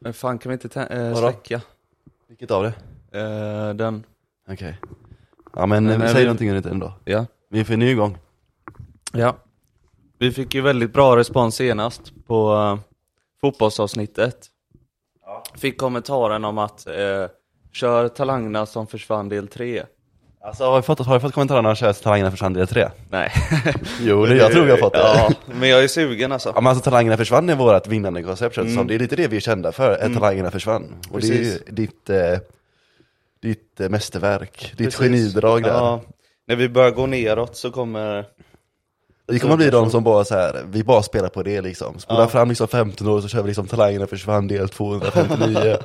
Men fan kan vi inte tä- eh, Vadå? släcka? Vilket av det? Eh, den, Okej. Ja men, eh, Nej, vi nej, säger vi- någonting under tiden då. ja. Vi får en ny gång. Ja. Vi fick ju väldigt bra respons senast på eh, fotbollsavsnittet. Fick kommentaren om att eh, kör talangerna som försvann del 3. Alltså har vi fått, har vi fått kommentaren när Chelsea talangerna försvann del 3? Nej. Jo, det, jag tror vi har fått det. Ja, Ja. men jag är sugen alltså. men alltså talangerna försvann är vårt vinnande koncept känns det som. Det är lite det vi är kända för, att talangerna försvann. Och det är ju ditt, eh, ditt eh, mästerverk, ditt Precis. genidrag där. Ja. När vi börjar gå neråt så kommer... Vi kommer bli de som bara så här, vi bara spelar på det liksom. Spola fram liksom 15 år och så kör vi liksom talangerna försvann del 259.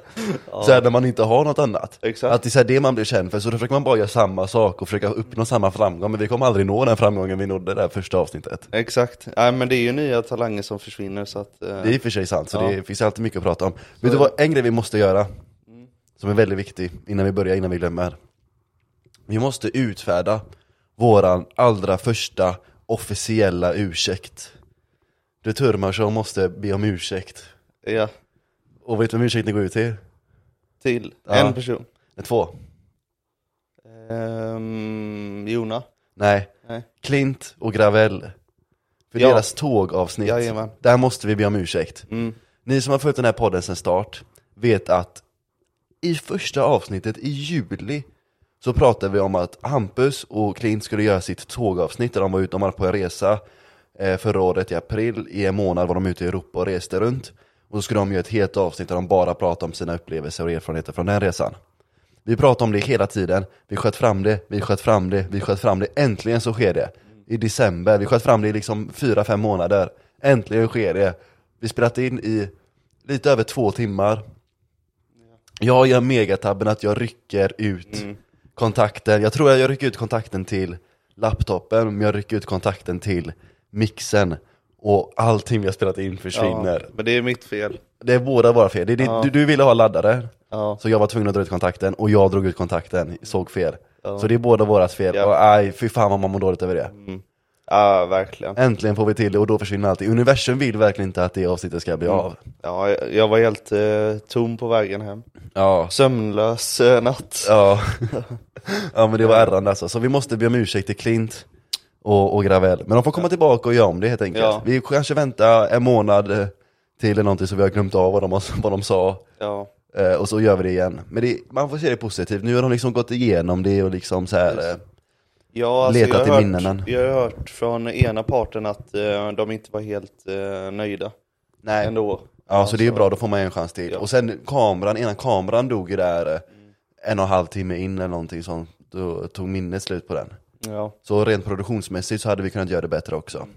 Så här, när man inte har något annat. Exakt. Att det är så här, det man blir känd för, så då försöker man bara göra samma sak och försöka uppnå samma framgång. Men vi kommer aldrig nå den framgången vi nådde det där första avsnittet. Exakt. Nej men det är ju nya talanger som försvinner så att... Eh... Det är i och för sig sant, så Ja. det finns alltid mycket att prata om. Vet du vad, en grej vi måste göra, Mm. som är väldigt viktig, innan vi börjar, innan vi glömmer. Vi måste utfärda våran allra första officiella ursäkt. Du Turmarsson måste be om ursäkt. Ja. Och vet du vem ursäkten går ut till? Till Ja. en person. Nej, Två? Ehm, Jona. Nej. Nej. Klint och Gravel. För Ja. deras tågavsnitt. Jajamän. Där måste vi be om ursäkt. Mm. Ni som har följt den här podden sedan start vet att i första avsnittet i juli så pratade vi om att Hampus och Klint skulle göra sitt tågavsnitt där de var ute, de var på en resa eh, förra året i april, i en månad var de ute i Europa och reste runt. Och så skulle de göra ett helt avsnitt där de bara pratade om sina upplevelser och erfarenheter från den resan. Vi pratade om det hela tiden, vi sköt fram det, vi sköt fram det, vi sköt fram det. Äntligen så sker det. I december, vi sköt fram det i liksom 4-5 månader. Äntligen sker det. Vi spelat in i lite över två timmar. Jag gör megatabben att jag rycker ut kontakten. Jag tror jag rycker ut kontakten till laptopen, men jag rycker ut kontakten till mixen. Och allting vi har spelat in försvinner. Ja, men det är mitt fel. Det är båda våra fel. Det är, det, du, du ville ha laddare, Ja. så jag var tvungen att dra ut kontakten och jag drog ut kontakten, såg fel. Så det är båda vårat fel, Ja. och aj, fy fan vad man mår dåligt över det. Mm. Ja, verkligen. Äntligen får vi till det och då försvinner allt. Universum vill verkligen inte att det avsnittet ska bli Mm. av. Ja, jag, jag var helt eh, tom på vägen hem. Ja. Sömnlös eh, natt. Ja. ja men det var ärrande alltså. Så vi måste be om ursäkt till Klint och, och Gravel. Men de får komma tillbaka och göra om det helt enkelt. Ja. Vi kanske väntar en månad eh, till eller någonting så vi har glömt av vad de, vad de sa. Ja, Eh, och så gör vi det igen. Men det, man får se det positivt. Nu har de liksom gått igenom det och liksom så här. Eh, ja alltså, Leta jag, till har minnenen. hört, jag har hört från ena parten att eh, de inte var helt eh, nöjda nej. ändå. Ja, så det är ju bra, då får man en chans till. Alltså- Ja. Och sen kameran, innan kameran dog ju där eh, en och en halv timme in eller någonting sånt. Då tog minnet slut på den. Ja, Så rent produktionsmässigt så hade vi kunnat göra det bättre också.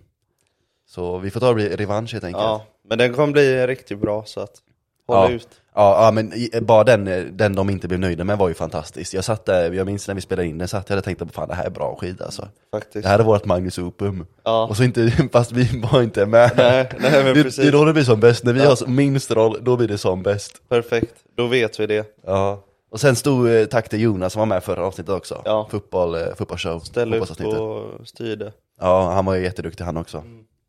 Så vi får ta det revansch helt enkelt. ja. men den kommer bli riktigt bra så att håll Ja. ut. Ja, ja men i- bara den, eh, den de inte blev nöjda med var ju fantastisk. Jag satt där, jag minns när vi spelade in den, satt jag där och tänkte fan det här är bra skid alltså. Faktiskt. Det här är vårt Magnus Opum. Ja. Och så inte, fast vi var inte med. Nej, nej, men det, precis. det är då det blir som bäst, när vi har minst roll, då blir det som bäst. Perfekt, då vet vi det. Ja. Och sen stod eh, tack till Jonas som var med förra avsnittet också. Ja. Fotboll, eh, fotbollsshow. Ställ upp fotbollsavsnittet. och styr det. Ja, han var ju jätteduktig han också.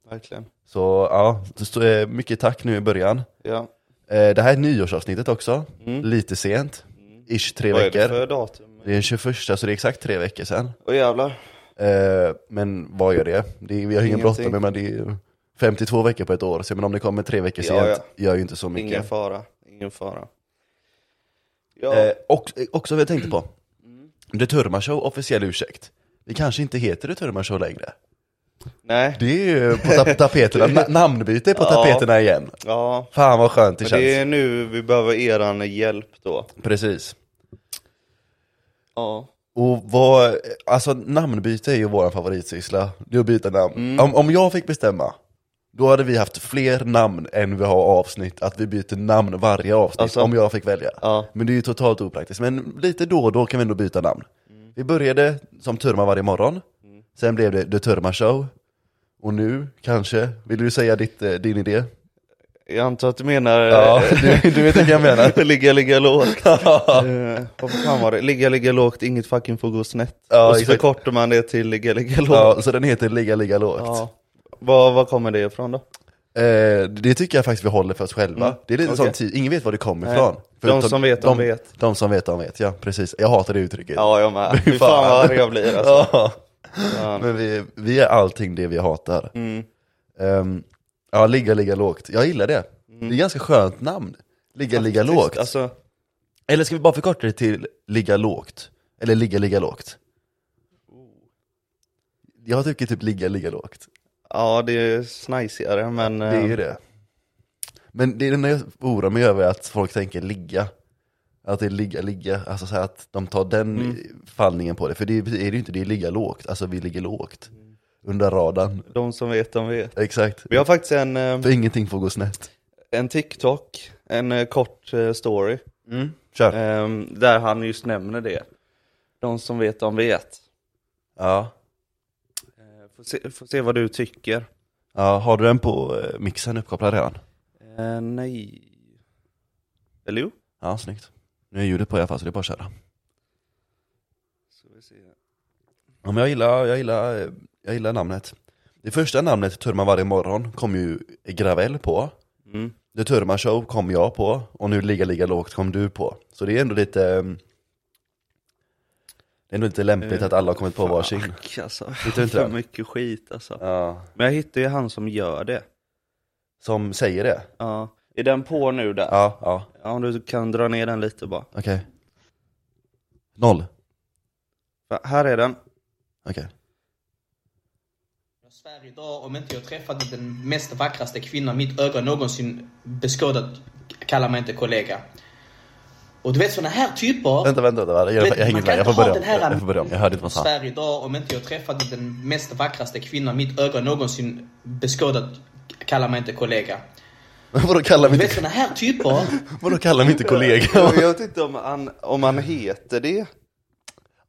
Verkligen. Så ja, så, så, eh, mycket tack nu i början. Ja. Eh, Det här är nyårsavsnittet också, lite sent. Ish tre Mm. Vad är veckor. det för datum? Det är den 21 så det är exakt tre veckor sedan. Åh jävlar. Eh, Men vad gör det? det är, vi har ju ingen Ingenting. bråttom men det är ju 52 veckor på ett år, så men om det kommer tre veckor Ja, sent ja. gör ju inte så mycket. Ingen fara. Ingen fara. Ja. Eh, och, eh, också vad jag tänkte på. The Turma Show, officiell ursäkt. Det kanske inte heter The Turma Show längre. Nej. Det är ju på tap- tapeterna, Na- namnbyte är på Ja. tapeterna igen. Ja. Fan vad skönt det Men känns. det är nu vi behöver er hjälp då. Precis. Ja. Och vad, alltså namnbyte är ju vår favoritsyssla, det är att byta namn. Mm. Om, om jag fick bestämma, då hade vi haft fler namn än vi har avsnitt, att vi byter namn varje avsnitt, Alltså- om jag fick välja. Ja. Men det är ju totalt opraktiskt, men lite då och då kan vi ändå byta namn. Mm. Vi började som Turma varje morgon, sen blev det The Turma Show, och nu kanske, vill du säga ditt, eh, din idé? Jag antar att du menar Ja, du, du vet vilken jag menar. eh, ligga, ligga lågt. Eh, vad fan var det? Ligga, ligga lågt, inget fucking får gå snett. Ja, och så exakt. förkortar man det till ligga, ligga lågt. Ja, så den heter Ligga Ligga Lågt. Ja. Var, var kommer det ifrån då? Eh, det tycker jag faktiskt vi håller för oss själva. Det är lite Mm. Okej. sån tid, ingen vet var det kommer Nej. ifrån. De som vet, de vet. De som vet, de vet. Ja, precis. Jag hatar det uttrycket. Ja, jag med. Fy fan. fan vad arg jag blir alltså. Ja. Ja. Men vi, vi är allting det vi hatar. Ehm, ja, ligga, ligga lågt. Jag gillar det. Det är ganska skönt namn. Ligga, ligga lågt. Alltså, Eller ska vi bara förkorta det till ligga lågt? Eller ligga, ligga lågt? Jag tycker typ ligga, ligga lågt. ja det är snajsigare men... Det är eh, ju det. Men det är den jag oroar mig över att folk tänker ligga. Att det är ligga, ligga. Alltså så här att de tar den fallningen på det. För det är det är ju inte, det är ligga lågt. Alltså vi ligger lågt. Under radarn. De som vet, de vet. Exakt. Vi har faktiskt en, eh, För ingenting får gå snett. en TikTok, en eh, kort eh, story, Kör. ehm, där han just nämner det. De som vet, de vet. Ja. Eh, Får se, får se vad du tycker. ja. Har du den på eh, mixen uppkopplad redan? Eh, nej. Eller jo? Ja, snyggt. Nu är ljudet på i alla fall så det är bara att köra. Ska vi se. Ja, men jag, gillar, jag, gillar, eh, jag gillar namnet. Det första namnet, Turma varje morgon, kom ju Gravel på. Mm. The Turma Show kom jag på och nu Ligga Ligga Lågt kom du på. Så det är ändå lite... ehm, Det är ändå inte lämpligt Eh, att alla har kommit på varsin. Fuck, alltså. Tyckte du inte För det? mycket skit alltså. Ja. Men jag hittade ju han som gör det. Som säger det? Ja. Är den på nu där? Ja, ja. Ja, om du kan dra ner den lite bara. Okej. Noll? Va, Här är den. Okej. Jag svär idag om inte jag träffade den mest vackraste kvinnan mitt öga någonsin beskådat kallar mig inte kollega. Och du vet såna här typer Vänta, vänta, vänta. Jag, jag, Vet, jag hänger man kan med. Jag inte får börja ha om. den här- Jag, jag får börja om. Jag hörde inte vad han sa. svär idag om inte jag träffade den mest vackraste kvinnan mitt öga någonsin beskådat kallar mig inte kollega. Vadå kallar vi Du vet inte, såna här typer vadå kallar vi inte kollega? Jag vet inte om han, om han heter det.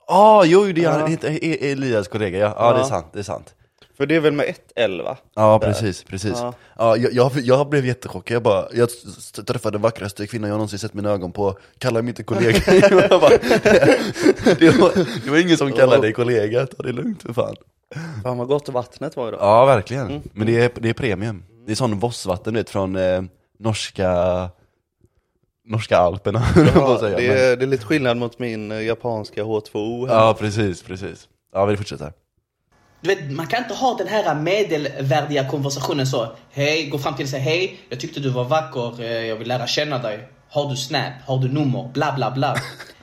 Ah, jo, det är han. Ja. Inte- E- E- Elias kollega, ja. Ja, det är sant. Det är sant. För det är väl med ett L va? Ja, precis, precis. Ja. Ja. jag, jag, jag blev jättechockad, jag bara, jag s- träffade den vackraste kvinnan jag någonsin sett mina ögon på, kallar mig inte kollega. jag bara, det, var, det var ingen som kallade dig kollega, ta det lugnt för fan. Mm. Fan vad gott vattnet var idag. Ja, verkligen. Men det är, det är premium. Det är sån vossvatten du vet, från eh, norska, norska alperna, höll jag på att säga. det, Men- är, det är lite skillnad mot min eh, japanska H2O. här. ja, precis, precis. Ja, vi fortsätter. Du vet, man kan inte ha den här medelvärdiga konversationen så. Hej, gå fram till och säga hej. Jag tyckte du var vacker. eh, Jag vill lära känna dig. Har du Snap? Har du nummer? Bla, bla, bla.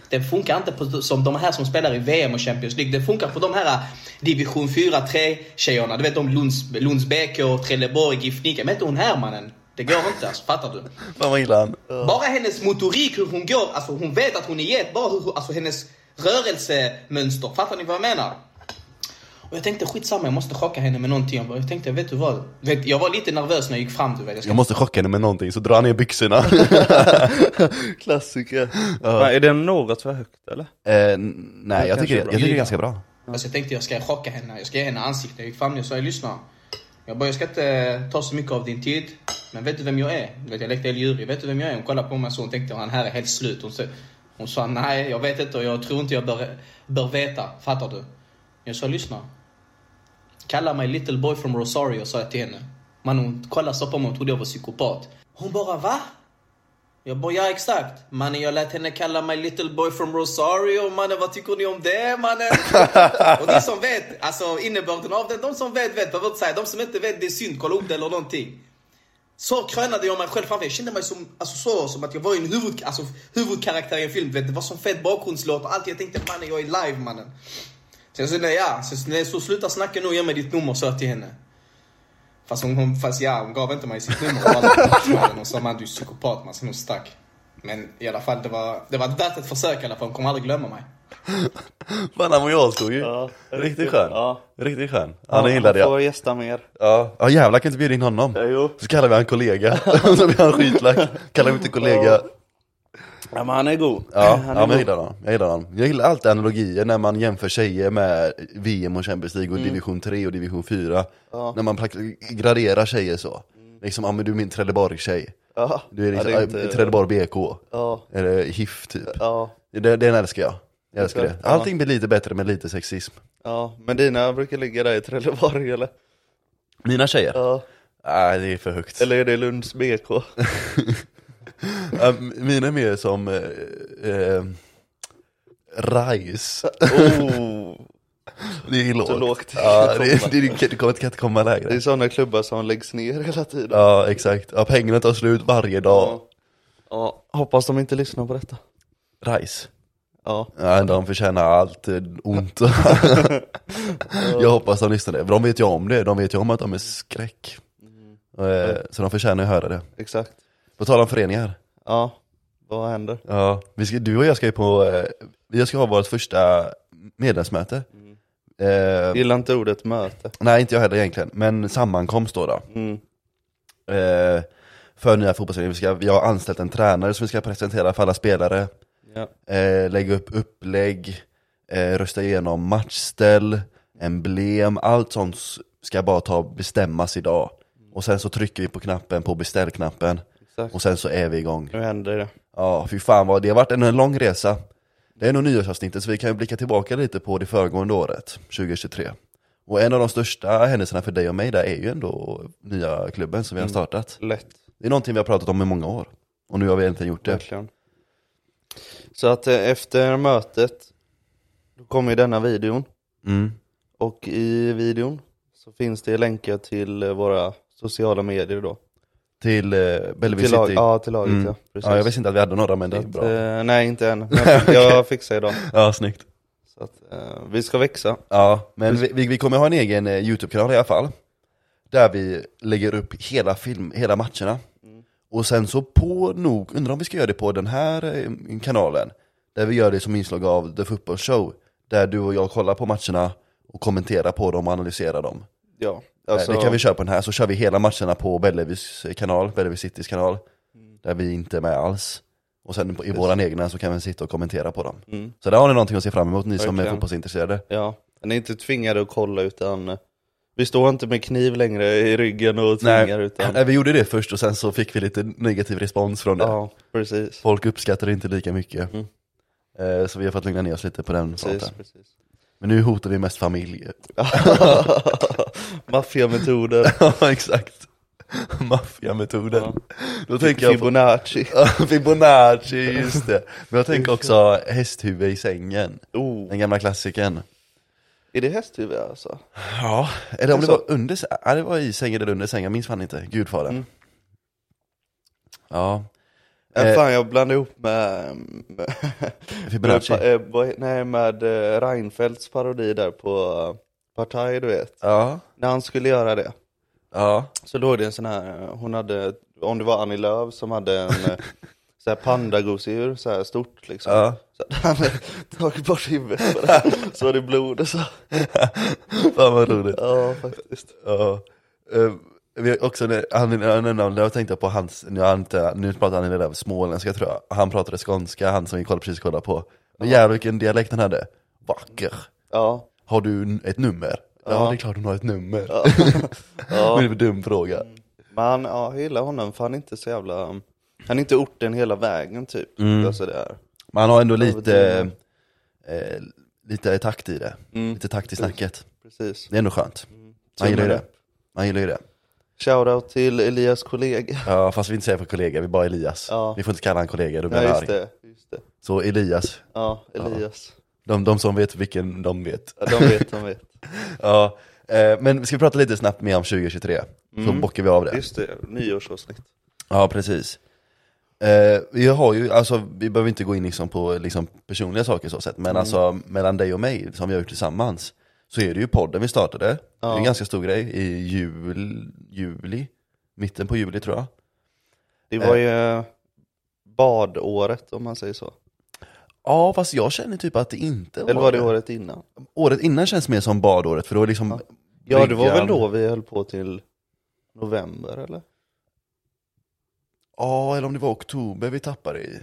Det funkar inte på, som de här som spelar i VM och Champions League. Det funkar på de här eh, division 4-3 tjejerna. Du vet de Lunds, Lunds BK, Trelleborg, GIF Nika. Men inte hon här mannen. Det går inte alltså, fattar du? Fan vad gillar han. Bara hennes motorik, hur hon går. Alltså hon vet att hon är get. Bara hur, alltså hennes rörelsemönster. Fattar ni vad jag menar? Och jag tänkte skitsamma, jag måste chocka henne med någonting. Jag, bara, jag tänkte, vet du vad? Du Vet, jag var lite nervös när jag gick fram, du vet. Jag ska... Jag måste chocka henne med någonting, så drar han ner byxorna. Eh, Klassiker. Va, Är det något för högt eller? Eh, n- nej, jag kanske tycker, är det- bra. jag tycker det är ganska bra. Alltså, jag tänkte jag ska chocka henne, jag ska ge henne ansikte. Jag gick fram och sa, lyssna. Jag bara, jag ska inte eh, ta så mycket av din tid. Men vet du vem jag är? Du vet, jag lekte eldjurig. Vet du vem jag är? Hon kollade på mig så, hon tänkte, han här är helt slut. Hon, sa- hon sa, nej, jag vet inte och jag tror inte jag bör, bör veta. Fattar du? Jag sa, lyssna. Kalla mig little boy from Rosario, sa jag till henne. Man hon kollade så på mig och trodde jag var psykopat. Hon bara, va? Jag bara, ja exakt. Mannen, jag lät henne kalla mig little boy from Rosario. Mannen, vad tycker ni om det mannen? och de som vet, alltså innebörden av det, de som vet vet. Jag vill inte säga, de som inte vet, det är synd. Kolla upp det eller någonting. Så krönade jag mig själv framför. Jag kände mig som, alltså, så, som att jag var en huvud, alltså, huvudkaraktär i en film. du Vet, det var som fet bakgrundslåt och allt. Jag tänkte, mannen, jag är live mannen. Sen så, nej, ja, sen så, nej, så sluta snacka nu och ge mig ditt nummer, sa jag till henne. Fast hon, hon, fast ja, hon gav inte mig sitt nummer. Hon bara, "Man", och sa man du är psykopat man, sen hon stack. Men i alla fall, det var, det var värt ett försök i alla fall. Hon kommer aldrig glömma mig. Fan han var ju avskog ju. Ja, Riktigt riktigt. skön. Ja. Riktigt skön. Han gillade jag. jag. Får gästa mer. Ja. ja jävlar kan inte bjuda in honom. Ja, jo. Så kallar vi han kollega. så blir han skitlack. Kallar vi inte kollega. Ja men han är god. Ja, han är ja men jag god. gillar honom. Jag gillar honom. Jag gillar alltid analogier när man jämför tjejer med VM och Champions League och Mm. division 3 och division 4. När man prak- graderar tjejer så. Mm. Liksom, ja men du är min Trelleborg-tjej. Ja. Du Ja, är liksom, det är äh, inte- Trelleborg BK. Ja. Eller HIF typ. Ja, Det, den älskar jag. Jag älskar det. Exakt, ja. Allting blir lite bättre med lite sexism. ja, men dina brukar ligga där i Trelleborg eller? Mina tjejer? Ja. Nej, det är för högt. Eller är det Lunds BK? Ja, m- mina är mer som eh, eh, Rajs. Oh, Det är lågt. så lågt. Ja, det, det, det, kan- det kan kan inte komma lägre. Det är sådana klubbar som läggs ner hela tiden. Ja, exakt. Ja, pengarna tar slut varje dag. Ja. Ja, hoppas de inte lyssnar på detta. Rajs. Ja. Ja, de förtjänar allt eh, ont. jag hoppas de lyssnar det. De vet ju om det. De vet ju om att de är skräck. Eh, Så de förtjänar att höra det. Exakt. På tal om föreningar. Ja, vad händer? Ja, vi ska, du och jag ska ju på, eh, vi ska ha vårt första medlemsmöte. Eh, Gillar inte ordet möte. nej, inte jag heller egentligen, men sammankomst då. då. Mm. Eh, för nya fotbollsspelare, vi, ska- vi har anställt en tränare som vi ska presentera för alla spelare. Ja. Eh, lägga upp upplägg, eh, rösta igenom matchställ, emblem, allt sånt s- ska bara ta bestämmas idag. Och sen så trycker vi på knappen, på beställknappen, Exakt. och sen så är vi igång. Nu händer det. Ja, fy fan vad det har varit en, en lång resa. Det är nog nyårsavsnittet så vi kan ju blicka tillbaka lite på det föregående året, 2023. Och en av de största händelserna för dig och mig där är ju ändå nya klubben som vi Mm. har startat. Lätt. Det är någonting vi har pratat om i många år. Och nu har vi äntligen gjort det. Verkligen. Så att eh, efter mötet, då kommer ju denna videon. Mm. Och i videon så finns det länkar till eh, våra sociala medier då. Till eh, Bellevue Till City. lag, ja, till laget Mm. ja. Precis. ja, jag visste inte att vi hade några men det är Att, bra. eh, nej, inte än. Men jag, jag fixar idag. Ja, snyggt. Så att, eh, vi ska växa. Ja, men vi- vi, vi kommer ha en egen eh, YouTube-kanal i alla fall. Där vi lägger upp hela film, hela matcherna. Mm. Och sen så på nog, undrar om vi ska göra det på den här eh, kanalen. Där vi gör det som inslag av The Football Show. Där du och jag kollar på matcherna och kommenterar på dem och analyserar dem. Ja. Alltså... Alltså, Det kan vi köra på den här, så kör vi hela matcherna på Bellevues kanal, Bellevue Citys kanal. Mm. Där vi inte är med alls. Och sen på- i våran egna så kan vi sitta och kommentera på dem. Mm. Så där har ni någonting att se fram emot, ni som är Verkligen. fotbollsintresserade. Ja. Ni är inte tvingade att kolla utan eh, vi står inte med kniv längre i ryggen och tvingar utan... Nej, eh, vi gjorde det först och sen så fick vi lite negativ respons från det. Ja, precis. Folk uppskattade inte lika mycket. Eh, Så vi har fått lugna ner oss lite på den precis, fronten. precis. Men nu hotar vi mest familj. Maffiametoden. ja, exakt. Maffiametoden. Ja. Då tänker jag på Fibonacci. Fibonacci, just det. Men jag tänker också hästhuvud i sängen. Oh. Den gamla klassikern. Är det hästhuvud alltså? Ja, eller om det så. var under sängen, ja, det var i sängen eller under sängen, jag minns fan inte. Gudfadern. Mm. Ja, Äh, Eh. fan, jag blandade ihop med... med, Fibonacci. med eh, vad- nej, med eh, Reinfeldts parodi där på eh, Partaj, du vet. Ja, När han skulle göra det. ja. Så låg det en sån här, eh, hon hade, om det var Annie Lööf som hade en eh, så här pandagosedjur, så här stort liksom. Ja. Så hade han eh, tagit bort huvudet på det, så var det blod och så. Fan vad roligt. Ja, faktiskt. Ja. Eh, vi har också, när han, när jag nämnde honom, jag tänkte på hans, nu, har han inte, nu pratar han i det där småländska tror jag, han pratade skånska, han som vi koll- precis kollade på. Men jävlar vilken dialekt han hade. Vacker. Ja, Har du n- ett nummer? Ja, Ja. det är klart hon har ett nummer. Ja. Men det ja. är en dum fråga. Men han, ja, jag gillar honom för han är inte så jävla, um, han är inte orten hela vägen typ. Alltså det är. Men han har ändå lite, Överdriven. eh, lite takt i det. Mm. Lite takt i snacket. Precis. Det är ändå skönt. Mm. Man gillar ju Tummen det. Man gillar ju det. Shoutout till Elias kollega. Ja, fast vi inte säger för kollega, vi är bara Elias. Ja. Vi får inte kalla han kollega, då blir Ja, han just arg. det. Just det. Så Elias, Ja, Elias. de, de som vet vilken, de vet. Ja, de vet, de vet. Ja, eh, men ska vi prata lite snabbt mer om 2023? Mm. Så bockar vi av det. Just det, nyårsavsnitt. Ja, precis. Eh, vi har ju, alltså vi behöver inte gå in liksom på liksom, personliga saker så sett, men alltså mellan dig och mig som vi har gjort tillsammans så är det ju podden vi startade, det är en ganska stor grej, i jul, juli, mitten på juli tror jag. Det var ju eh, badåret om man säger så. Ja, fast jag känner typ att det inte var Eller var det året innan? Året innan känns mer som badåret, för då är liksom Ja, det var väl bryggan- då vi höll på till november eller? Ja, eller om det var oktober vi tappade i.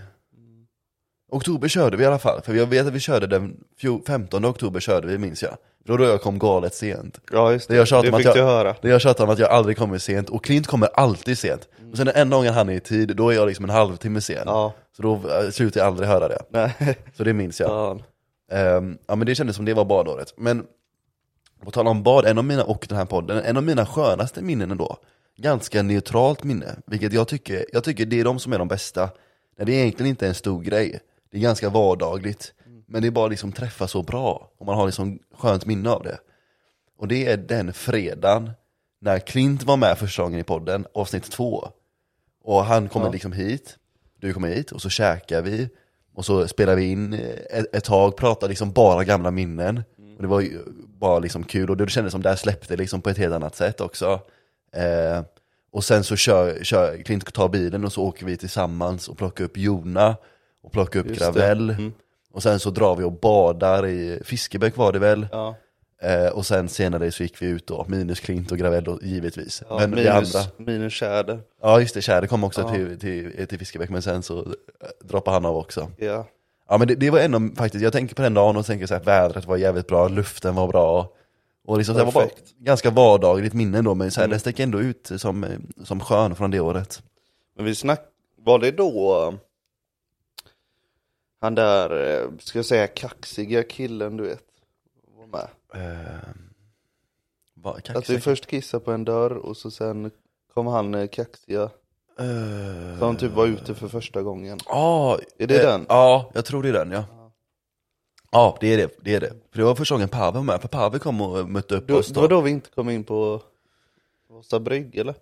Oktober körde vi i alla fall, för jag vet att vi körde den fjo- 15 oktober körde vi minns jag. Då då jag kom galet sent. Ja, just Det jag tjatar det om att fick jag- du höra. Det jag tjatar om att jag aldrig kommer sent, och Klint kommer alltid sent. Och sen den enda gången han är i tid, då är jag liksom en halvtimme sen. Ja, Så då eh, slutar jag aldrig höra det. nej. Så det minns jag. Fan. Ehm, ja men det kändes som det var badåret. Men på tal om bad, en av mina, och den här podden, en av mina skönaste minnen ändå, ganska neutralt minne. Vilket jag tycker, jag tycker det är de som är de bästa. När det egentligen inte är en stor grej. Det är ganska vardagligt. Men det är bara liksom träffa så bra. Och man har liksom skönt minne av det. Och det är den fredagen när Klint var med första gången i podden, avsnitt två. Och han kommer liksom hit, du kommer hit, och så käkar vi. Och så spelar vi in eh, ett, ett tag, pratar liksom bara gamla minnen. Mm. Och det var ju bara liksom kul, och det kändes som det här släppte liksom på ett helt annat sätt också. Eh, och sen så kör, kör Klint tar bilen och så åker vi tillsammans och plockar upp Jona och plockar upp Just det. Mm. Gravell. Och sen så drar vi och badar i Fiskebäck var det väl? Ja. Eh, och sen senare så gick vi ut då, minus Klint och Gravell då, givetvis. Ja, men det minus, andra, minus tjäder. ja just det, Tjäder kom också till, till, till Fiskebäck men sen så eh, droppade han av också. Ja. Ja men det, det var ändå faktiskt, jag tänker på den dagen och tänker så här, vädret var jävligt bra, luften var bra. Och liksom, så här, det var bara Perfekt. Mm. ganska vardagligt minne då, men så här, den sticker ändå ut som, eh, som skön från det året. Men vi snack... Var det då eh, han där, eh, ska jag säga kaxiga killen du vet, var med? Eh, Va, Eh. Att vi först kissade på en dörr och så sen kom han eh, kaxiga, Eh. som typ var ute för första gången. Ja, Är det eh, den? Ja, jag tror det är den ja. Ja, det är det. det, är det. För det var första gången Pavel var med, för Pavel kom och mötte upp Då, oss det var då vi inte kom in på Åsa Brygg eller?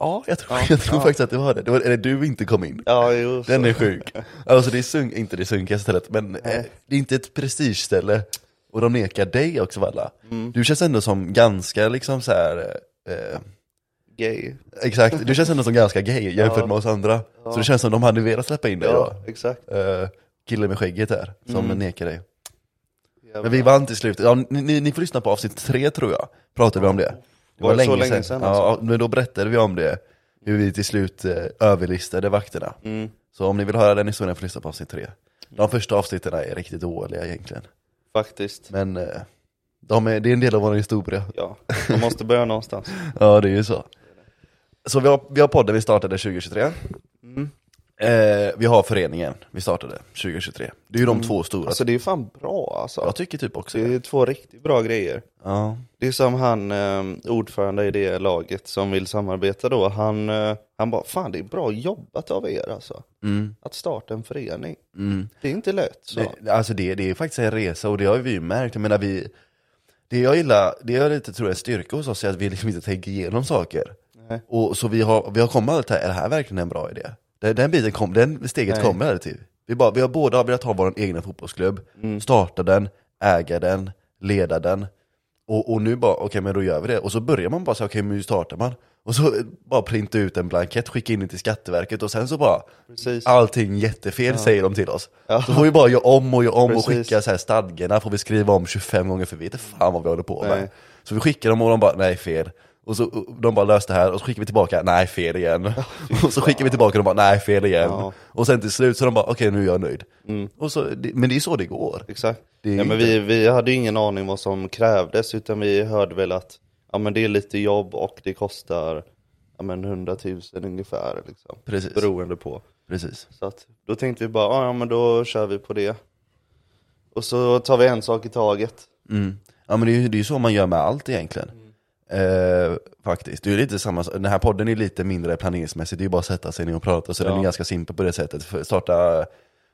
Ja, jag tror, jag tror faktiskt att det var det. det var, eller du inte kom in. Ja, jo. så- Den är sjuk. Alltså det är sunk, inte det sunkiga stället, men eh, det är inte ett prestigeställe. Och de nekar dig också Valla. Du känns ändå som ganska liksom så här. Eh, Gay. exakt, du känns ändå som ganska gay jämfört med oss andra. Så det känns som de hade velat släppa in dig Ja, då. exakt. Eh, killen med skägget där, som nekar dig. Men Jävlar. vi vann till slut. Ja, ni- ni, ni får lyssna på avsnitt tre tror jag. Pratade vi om det. Det Var det så länge sedan, Ja, men då berättade vi om det. Hur vi till slut eh, överlistade vakterna. Mm, Så om ni vill höra den historien får ni lyssna på avsnitt tre. De första avsnitten är riktigt dåliga egentligen. Faktiskt. Men eh, de är, det är en del av vår historia. Ja, man måste börja någonstans. Ja, det är ju så. Så vi har, vi har podden vi startade 2023. Mm. Eh, vi har föreningen vi startade 2023. Det är ju de två stora. Alltså det är fan bra alltså. jag tycker typ också Det det. är två riktigt bra grejer. Ja. Det är som han eh, ordförande i det laget som vill samarbeta då. Han, eh, han bara, fan det är bra jobbat av er alltså. Mm. Att starta en förening. Det är inte lätt. Så. Det, alltså det, det är faktiskt en resa och det har ju vi ju märkt. Jag menar vi, det jag gillar, det jag lite tror är en styrka hos oss är att vi liksom inte tänker igenom saker. Nej. Och Så vi har, vi har kommit aldrig till, är det här verkligen en bra idé? Den, den biten kom, den steget Nej. kommer aldrig till. Vi, bara, vi har båda velat ha vår egna fotbollsklubb, Mm. starta den, äga den, leda den. Och, och nu bara, okej men då gör vi det. Och så börjar man bara säga, okej men hur startar man? Och så eh, bara printa ut en blankett, skicka in den till Skatteverket och sen så bara, Precis. allting jättefel säger de till oss. Ja. Så får vi bara göra om och göra om och Precis. skicka så här stadgarna, får vi skriva om 25 gånger för vi vet inte fan vad vi håller på med. Nej. Så vi skickar dem och de bara, nej fel. Och så och de bara löste det här och så skickar vi tillbaka, nej fel igen. och så skickar vi tillbaka och de bara, nej fel igen. Ja. Mm. Och sen till slut så de bara, okej nu är jag nöjd. Och så, det- men det är så det går. Exakt. Det är Nej, men inte- vi, vi hade ju ingen aning vad som krävdes utan vi hörde väl att ja, men det är lite jobb och det kostar ja, men 100 000 ungefär. Liksom. Precis. Beroende på. Precis. Så att, då tänkte vi bara, "Ah, ja men då kör vi på det. Och så tar vi en sak i taget. Mm. Ja men det är ju det är ju så man gör med allt egentligen. Eh, faktiskt. Det är ju lite samma, den här podden är lite mindre planeringsmässigt, det är ju bara att sätta sig ner och prata. Så den är ganska simpel på det sättet. För- Starta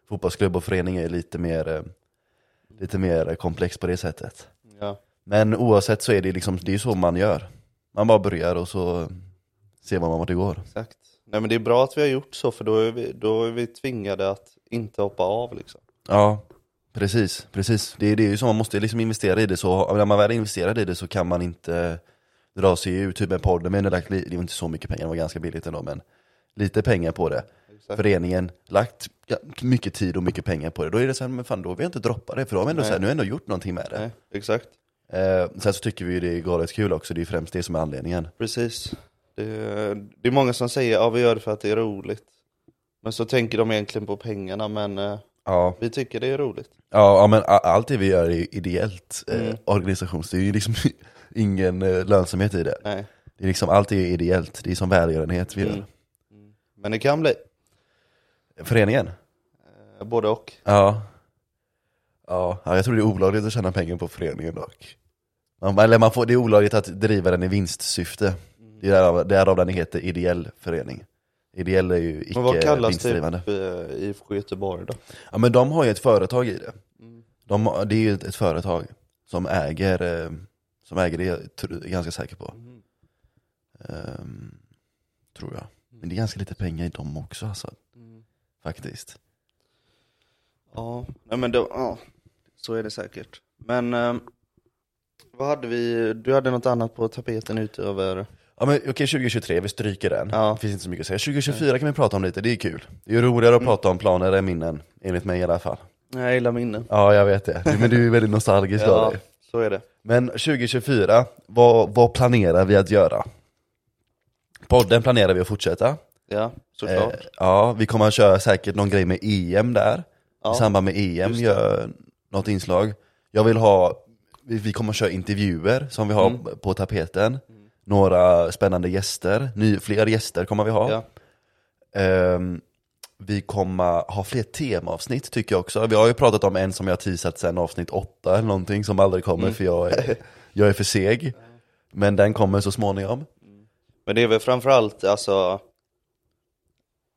fotbollsklubb och förening är lite mer, eh, lite mer komplex på det sättet. Ja. Men oavsett så är det liksom, det är ju så man gör. Man bara börjar och så ser man vart det går. Exakt. Nej men det är bra att vi har gjort så för då är vi, då är vi tvingade att inte hoppa av liksom. Ja, precis. precis. Det, är- det är ju så, man måste liksom investera i det. Så, när man väl investerar i det så kan man inte dra sig ur. Typ en podd, men det lagt li- det var inte så mycket pengar, det var ganska billigt ändå, men lite pengar på det. Föreningen lagt ja, mycket tid och mycket pengar på det. Då är det så här, men fan då vill jag inte droppa det, för då har vi ändå, så här, nu har jag ändå gjort någonting med det. Nej, exakt. Eh, sen så tycker vi ju det är galet kul också, det är ju främst det som är anledningen. Precis. Det, det är många som säger att ja, vi gör det för att det är roligt. Men så tänker de egentligen på pengarna men eh, Ja, vi tycker det är roligt. Ja, ja men a- allt det vi gör är ju ideellt eh, organisations, det är ju liksom ingen eh, lönsamhet i det. Nej. Det är liksom, allt är ju ideellt, det är som välgörenhet vi gör. Mm. Men det kan bli. Föreningen? eh, Både och. Ja. ja. Ja, jag tror det är olagligt att tjäna pengar på föreningen dock. Man, eller man får, det är olagligt att driva den i vinstsyfte. Det är därav, därav den heter ideell förening. Ideell är ju icke Men vad kallas typ vinstdrivande. eh, IFK Göteborg då? Mm, Ja men de har ju ett företag i det. De, har- det är ju ett, ett företag som äger, eh, som äger det, jag tror- är ganska säker på. mm, Ehm, tror jag. Men det är ganska lite pengar i dem också alltså. Faktiskt. mm. Ja, nej men det, ja, så är det säkert. Men eh, vad hade vi, du hade något annat på tapeten utöver... Ja men okej 2023, vi stryker den. Ja. Det finns inte så mycket att säga. 2024 kan vi prata om lite, det är kul. Det är ju roligare att prata om planer än minnen, enligt mig i alla fall. Jag gillar minnen. Ja jag vet det, Du- men du är väldigt nostalgisk av dig. så är det. Men 2024, vad, vad planerar vi att göra? Podden planerar vi att fortsätta. Ja, såklart. Eh, ja, vi kommer att köra säkert någon grej med EM där. I samband med EM, gör något inslag. Jag vill ha, vi, vi kommer att köra intervjuer som vi har på tapeten. Några spännande gäster, ny, fler gäster kommer vi ha. Ja. Ehm, vi kommer ha fler temaavsnitt tycker jag också. Vi har ju pratat om en som jag teasat sen avsnitt åtta eller någonting som aldrig kommer för jag är, jag är för seg. Men den kommer så småningom. Men det är väl framförallt alltså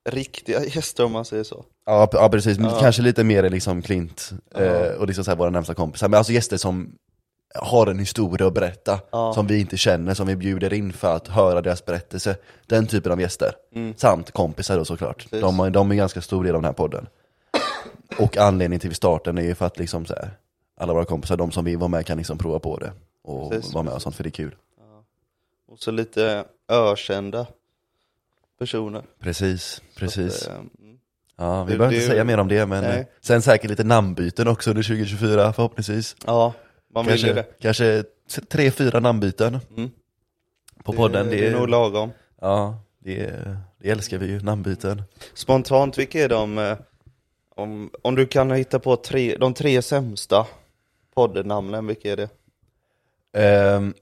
riktiga gäster om man säger så. Ja, p- ja precis, Men kanske lite mer liksom Clint eh, och liksom så här våra närmsta kompisar. Men alltså gäster som har en historia att berätta, som vi inte känner, som vi bjuder in för att höra deras berättelse. Den typen av gäster. Samt kompisar då såklart. Mm. Precis. De, har- de är en ganska stor del av den här podden. Och anledningen till starten är ju för att liksom så här, alla våra kompisar, de som vi var med kan liksom prova på det. Och Precis, vara med och sånt, för det är kul. Och så lite ökända personer. Precis, precis. Så att, eh, mm. ja, vi det- behöver det- inte säga mer om det, men Nej. eh, sen säkert lite namnbyten också under 2024 förhoppningsvis. ja, man vill ju Kanske, det. kanske t- tre, fyra namnbyten Mm. på podden. Eh, det är nog lagom. ja, det, är- det älskar vi ju, namnbyten. Spontant, vilka är de, eh, om, om du kan hitta på tre, de tre sämsta poddnamnen, vilka är det? Ehm,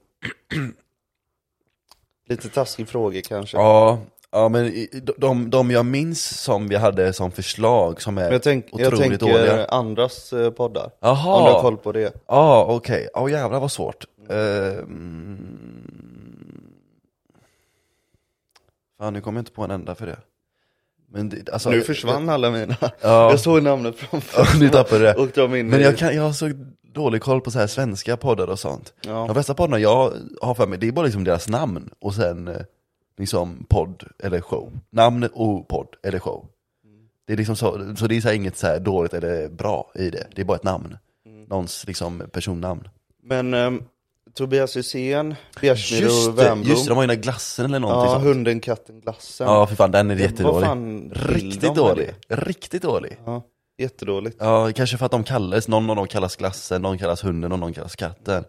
Lite taskig fråga kanske. ja, ja, men i- de- de, de jag minns som vi hade som förslag som är Men jag, tänk, jag otroligt tänker dåliga. andras eh, poddar, om du har Jaha, koll på det. ja okej, ja jävlar vad svårt. Ehm, fan nu kommer jag inte på en enda för det. Men det, alltså, nu försvann alla mina. Ja. Jag såg namnet framför Ja, nu tappade du det. Och de in Men i- jag, kan, jag har så dålig koll på så här svenska poddar och sånt. Ja. De flesta poddarna jag har för mig, det är bara liksom deras namn och sen eh, liksom podd eller show. Namn och podd eller show. Det är liksom så, så det är så här inget så här dåligt eller bra i det, det är bara ett namn. Mm. Någons liksom personnamn. Men ehm, Tobias Hysén, Bjärsmyr Just och det, Wernbloom. just det, de har ju den där glassen eller någonting ja, sånt. hunden, katten, glassen. Ja, för fan den är Vad jättedålig. fan vill de Riktigt med dålig. det? Riktigt dålig. Ja, jättedåligt. Ja, kanske för att de kallas, någon av dem kallas glassen, någon kallas hunden och någon kallas katten.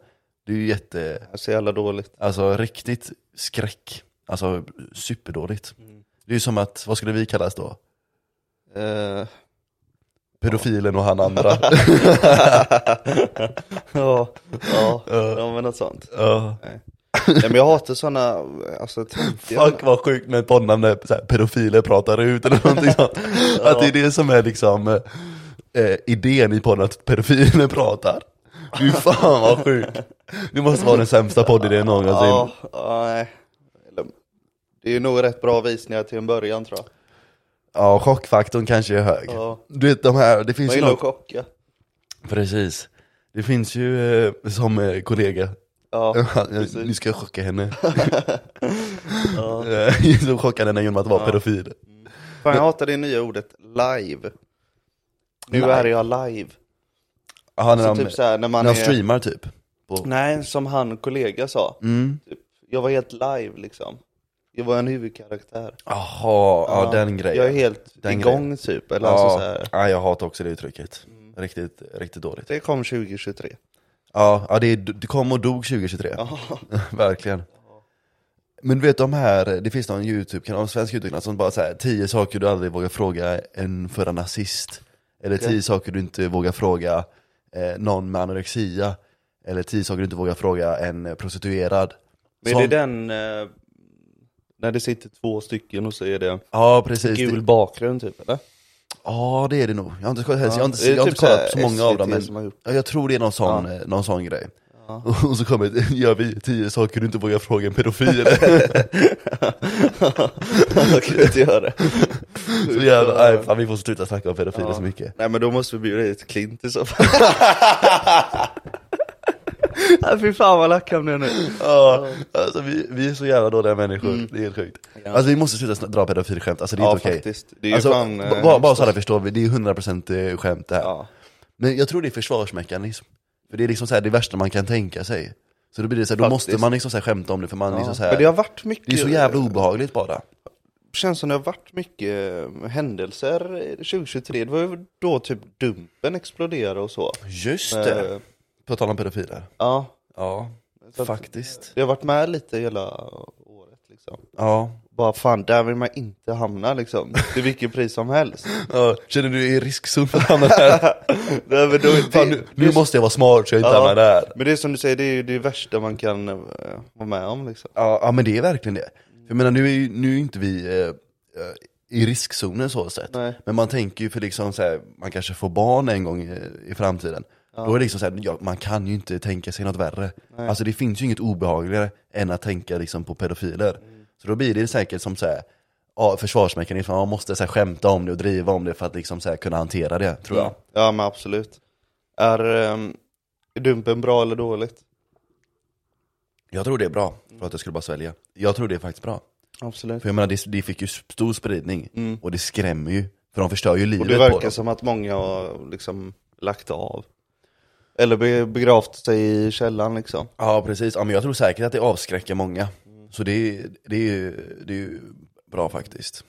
Det är ju jätte... Så jävla dåligt. Alltså riktigt skräck. Alltså superdåligt. Det är ju som att, vad skulle vi kallas då? Eh, Pedofilen och han andra. ja, ja, ja, men något sånt. Ja. Nej, men jag hatar sådana, alltså töntiga. Fuck vad sjukt med ett poddnamn där så här, pedofiler pratar ut eller någonting sånt. Att det är det som är liksom eh, eh, idén i podden, att pedofiler pratar. Fy fan vad sjukt. Det måste vara den sämsta poddidén någonsin. Ja, ja, nej. Eller, Det är ju nog rätt bra visningar till en början tror jag. Ja, chockfaktorn kanske är hög. Ja. Du vet de här, det Man finns ju gillar att något... chocka. Precis. Det finns ju eh, som eh, kollega, Ja, nu precis. ska jag chocka henne. Eh, Så chockade henne genom att vara pedofil. Fan jag hatar det nya ordet, live. Nu Live. är jag live. Aha, när Så de, typ så här, när man när är... de streamar typ. På, Nej, som han kollega sa. Mm. Typ, jag var helt live liksom. Jag var en huvudkaraktär. Jaha, ja den grejen. Jag är helt Den igång grejen. typ. Eller alltså, så ja, här. Mm. ja, jag hatar också det uttrycket. Riktigt, riktigt dåligt. Det kom 2023. Ja, ja det, är- det kom och dog 2023. Verkligen. Men du vet de här, det finns någon YouTube-kanal, en svensk YouTube-kanal som bara säger 10 saker du aldrig vågar fråga en förra nazist. Eller 10 saker du inte vågar fråga eh, någon med anorexia. Eller 10 saker du inte vågar fråga en eh, prostituerad. Men Som- är det den eh, när det sitter två stycken och så är det Ja precis. gul Det- bakgrund typ eller? Ja det är det nog. Jag har inte, jag har inte, Ja, det är jag har typ inte kollat så på så här många av dem. SVT som har Men gjort ja, jag tror det är någon sån, eh, någon sån grej. Och så kommer det, gör vi tio saker du inte vågar fråga en pedofil. Jag kan inte göra det. så jävla, nej, fan, vi får sluta snacka om pedofiler så mycket. Nej men då måste vi bjuda hit Klint i så fall. Nej, Fy fan vad lack han blev nu. Ja, Mm. alltså vi, vi är så jävla dåliga människor, det är helt sjukt. Alltså vi måste sluta sn- dra pedofilskämt, alltså det är Ja, inte okej. faktiskt. Det är ju alltså, fan, eh, ba- bara, bara så alla förstår, vi, det är 100% eh, skämt det här. Ja. Men jag tror det är försvarsmekanism. För det är liksom så här, det värsta man kan tänka sig. Så då blir det så här, då Faktiskt. måste man liksom så här skämta om det för man liksom så här, Men det har varit mycket, det är så jävla obehagligt bara. känns som det har varit mycket eh, händelser eh, 2023. Det var ju då typ Dumpen exploderade och så. Just Eh, På tal om pedofiler. Ja, Ja, Så att- faktiskt. det har varit med lite hela året liksom. Ja. Bara fan, där vill man inte hamna liksom. Till vilket pris som helst. ja. Känner du dig i riskzon för att hamna där? Nej, men då, det, Fan, nu, nu måste jag vara smart så jag inte hamnar där. Men det är som du säger, det är ju det värsta man kan eh, vara med om liksom. Ja, ja men det är verkligen det. Jag menar nu är ju nu är ju inte vi eh, eh, i riskzonen så sett. Nej. Men man tänker ju för liksom så här, man kanske får barn en gång i, i framtiden. Då är det liksom så här, ja, man kan ju inte tänka sig något värre. Alltså det finns ju inget obehagligare än att tänka liksom på pedofiler. Så då blir det säkert som så här, ja, försvarsmekanism, man måste så här, skämta om det och driva om det för att liksom så här, kunna hantera det, tror jag. Ja men absolut. Är ehm, Dumpen bra eller dåligt? Jag tror det är bra, för att jag skulle bara svälja. Jag tror det är faktiskt bra. Absolut. För jag menar, det, det fick ju stor spridning, och det skrämmer ju. För de förstör ju Mm. livet Och det på verkar dem. som att många har liksom lagt av. Eller be- begravt sig i källaren liksom. Ja, precis. Ja, men jag tror säkert att det avskräcker många. Mm. Så det, är- det, är, ju- det är ju bra faktiskt.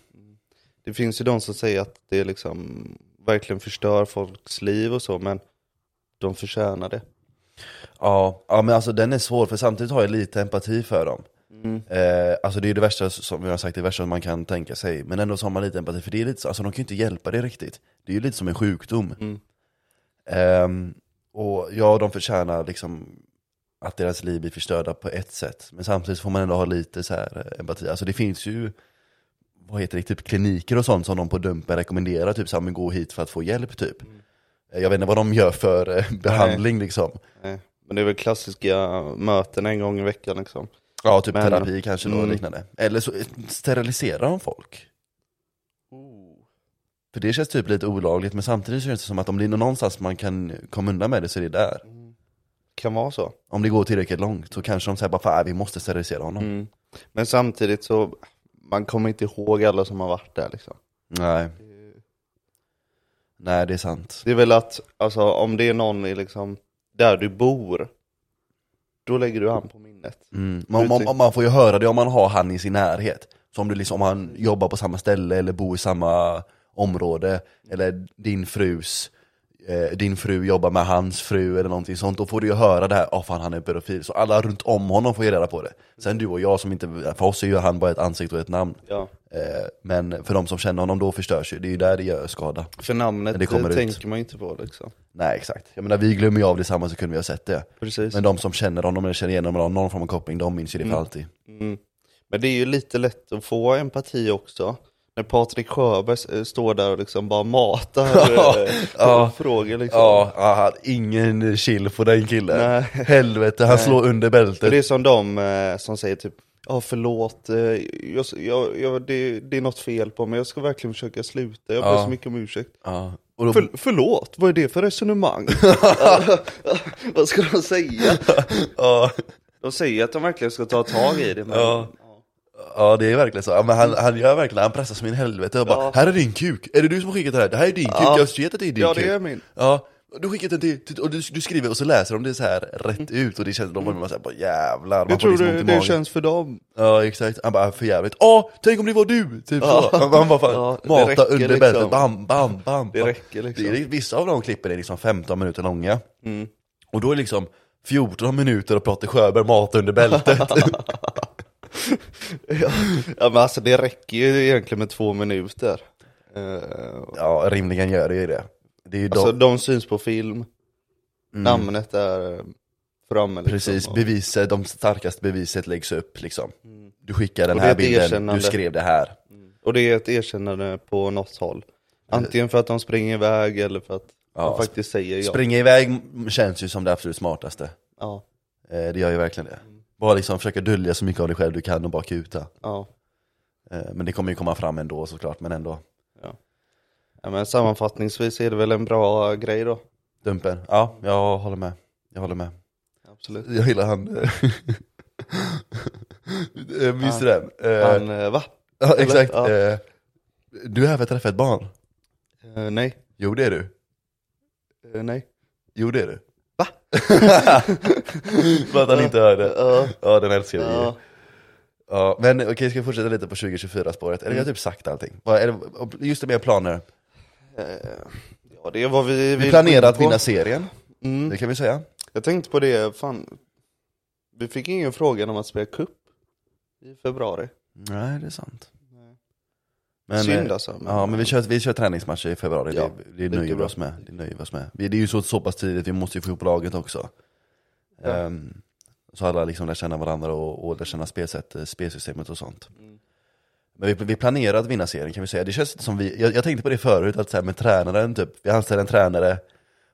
Det finns ju de som säger att det liksom verkligen förstör folks liv och så, men de förtjänar det. Ja, ja men alltså den är svår, för samtidigt har jag lite empati för dem. Eh, alltså det är ju det värsta, som vi har sagt, det värsta man kan tänka sig. Men ändå så har man lite empati, för det är lite så, alltså de kan ju inte hjälpa det riktigt. Det är ju lite som en sjukdom. Ehm, och ja, de förtjänar liksom att deras liv blir förstörda på ett sätt. Men samtidigt får man ändå ha lite så här eh, empati. Alltså det finns ju, vad heter det, typ kliniker och sånt som de på Dumpen rekommenderar, typ så här, men gå hit för att få hjälp typ. Eh, Jag vet inte vad de gör för eh, behandling liksom. Nej. Eh, Men det är väl klassiska möten en gång i veckan liksom. Ja, typ Men- terapi kanske då, Mm. liknande. Eller så steriliserar de folk. Oh. För det känns typ lite olagligt, men samtidigt känns det som att om det är någonstans man kan komma undan med det så är det där. Kan vara så. Om det går tillräckligt långt så kanske de säger bara fan, vi måste sterilisera honom. Mm. Men samtidigt så, man kommer inte ihåg alla som har varit där liksom. Nej. Eh. Nej, det är sant. Det är väl att, alltså om det är någon i liksom, där du bor, då lägger du han på minnet. Mm. Man, man, man får ju höra det om man har han i sin närhet. Så om, du liksom, om han jobbar på samma ställe eller bor i samma område, eller din frus, eh, din fru jobbar med hans fru eller någonting sånt, då får du ju höra det här, ja fan han är pedofil. Så alla runt om honom får ju reda på det. Sen du och jag som inte, för oss är ju han bara ett ansikte och ett namn. Ja. Eh, men för de som känner honom då förstörs ju, det är ju där det gör skada. För namnet Men det kommer det ut. tänker man ju inte på liksom. Nej exakt, jag menar vi glömmer ju av det samma sekund vi har sett det. Precis. Men de som känner honom eller känner igenom honom, någon form av koppling, de minns ju det för alltid. Men det är ju lite lätt att få empati också. När Patrik Sjöberg eh, står där och liksom bara matar eh, ja. frågor liksom. Ja, han hade ingen chill på den killen. Nej. Helvete, han slår under För bältet. det är som de eh, som säger typ Ja förlåt, eh, jag, jag, jag, det, det är något fel på mig, jag ska verkligen försöka sluta, jag ber Ja. så mycket om ursäkt. Ja. Och då, För, förlåt, vad är det för resonemang? vad ska de säga? ja, De säger att de verkligen ska ta tag i det, men Ja. ja, det är verkligen så. Ja, men han, han gör verkligen, han pressar som in i helvete och bara Mm. Ja. Här är din kuk, är det du som har skickat det här? Det här är din kuk, jag vet att det är din Ja, det kuk. är min. Ja, du skickar den till, till och du, du skriver och så läser de det så här rätt ut och det känns, de bara såhär, bara jävlar. Man jag får Mm. tror liksom ont det, i det magen. känns för dem. Ja exakt, han bara "Äh, för jävligt. Åh, tänk om det var du! Typ så. Han, han bara fan, Ja, det mata räcker under liksom. bältet, bam, bam, bam. Det räcker liksom. Mm. Det är, vissa av de klippen är liksom 15 minuter långa. Och då är det liksom 14 minuter och pratar Sjöberg mat under bältet. Ja men alltså det räcker ju egentligen med två minuter. Eh, ja, rimligen gör det ju det. Det är ju alltså de, de syns på film, namnet är eh, framme liksom. Mm. precis, och- beviset, de starkaste beviset läggs upp liksom. Du skickar den Och det är här ett bilden, du erkännande. skrev det här. Och det är ett erkännande på något håll. Antingen för att de springer iväg eller för att Ja, de faktiskt säger ja. Springa iväg känns ju som det absolut smartaste. ja. Eh, det gör ju verkligen det. Mm. Bara liksom försöka dölja så mycket av dig själv du kan och bara kuta. Ja. Eh, men det kommer ju komma fram ändå såklart, men ändå. ja, men sammanfattningsvis är det väl en bra grej då. Dumpen. Ja, jag håller med. Jag håller med. Absolut. Jag gillar han. eh, eh, Minns du den? Eh, Han, eh, va? ja, exakt. ja. Eh, du är här för att träffa ett barn. Eh, nej. Jo det är du. Eh, nej. Jo det är du. Va? för att han inte hörde. Eh, Ja. Ja den älskar vi ju. Ja. Ja, men okej, ska vi fortsätta lite på 2024 spåret? Eller jag har typ sagt allting. Vad är det- Just det med planer. Eh, ja, det är vad vi Vi vill planerar skjuta att på. vinna serien, Mm. det kan vi säga. Jag tänkte på det, fan. Vi fick ingen fråga om att spela cup i februari. Nej, det är sant. Men, Synd eh, alltså. Men, Ja, men vi kör, vi kör träningsmatcher i februari, Ja, det, det, nöjer vi bra. oss med. det nöjer vi oss med. Vi- Det är ju så, så pass tidigt, vi måste ju få ihop laget också. Ja. Ehm, så alla liksom lär känna varandra och, och lär känna spelsätt, eh, spelsystemet och sånt. Mm. Men vi, vi planerar att vinna serien kan vi säga. Det känns inte som vi, jag, jag tänkte på det förut, att så här med tränaren typ, vi anställer en tränare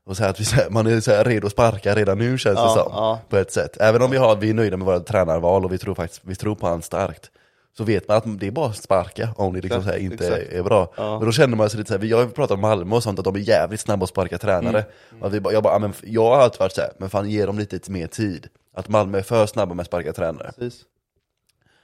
och så här att vi, så här, man är så här redo att sparka redan nu känns det Ja, som. ja. På ett sätt. Även om vi, har, vi är nöjda med våra tränarval och vi tror, faktiskt, vi tror på han starkt. Så vet man att det är bara att sparka om det liksom så här inte exakt. är bra. Men då känner man sig lite såhär, vi- jag har ju pratat om Malmö och sånt, att de är jävligt snabba att sparka tränare. Mm. Och att vi bara, jag, bara, ja, men f- jag har alltid varit såhär, men fan ge dem lite mer tid. Att Malmö är för snabba med att sparka tränare. Precis.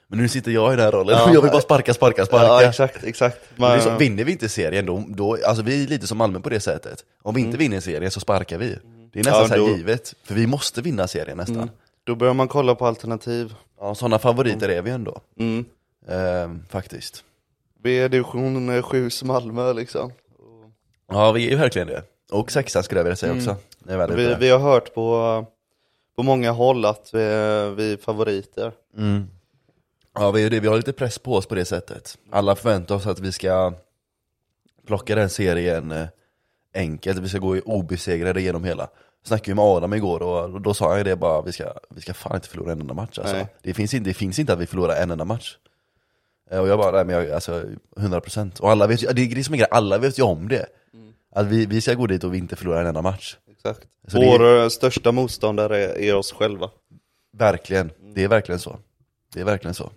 Men nu sitter jag i den här rollen, jag vill bara sparka, sparka, sparka. Ja, exakt, exakt. Men det är Men- så, vinner vi inte serien då, då, alltså vi är lite som Malmö på det sättet. Om vi inte vinner serien så sparkar vi. Det är nästan Mm. Ja, så här då- Mm. givet, för vi måste vinna serien nästan. Då börjar man kolla på alternativ. Ja, sådana favoriter är vi ändå, Mm. ehm, faktiskt. Vi är division 7 Malmö liksom. Ja, vi är ju verkligen det. Och sexan skulle jag vilja säga också. Det är väldigt Mm. Vi, bra. vi har hört på, på många håll att vi, är- vi är favoriter. Mm. Ja, vi, är det. vi har lite press på oss på det sättet. Alla förväntar oss att vi ska plocka den serien eh, enkelt, vi ska gå i obesegrade genom hela. Jag snackade ju med Adam igår och då sa han ju det bara, vi ska, vi ska fan inte förlora en enda match alltså. Nej. det, finns inte, det finns inte att vi förlorar en enda match. Eh, Och jag bara, nej men jag, alltså 100%. Och alla vet ju, det är det som är grejen, alla vet ju om det. Att vi, vi ska gå dit och vi inte förlorar en enda match. Exakt. Så det är- Vår eh, största motståndare är, är oss själva. Verkligen, Mm. det är verkligen så. Det är verkligen så.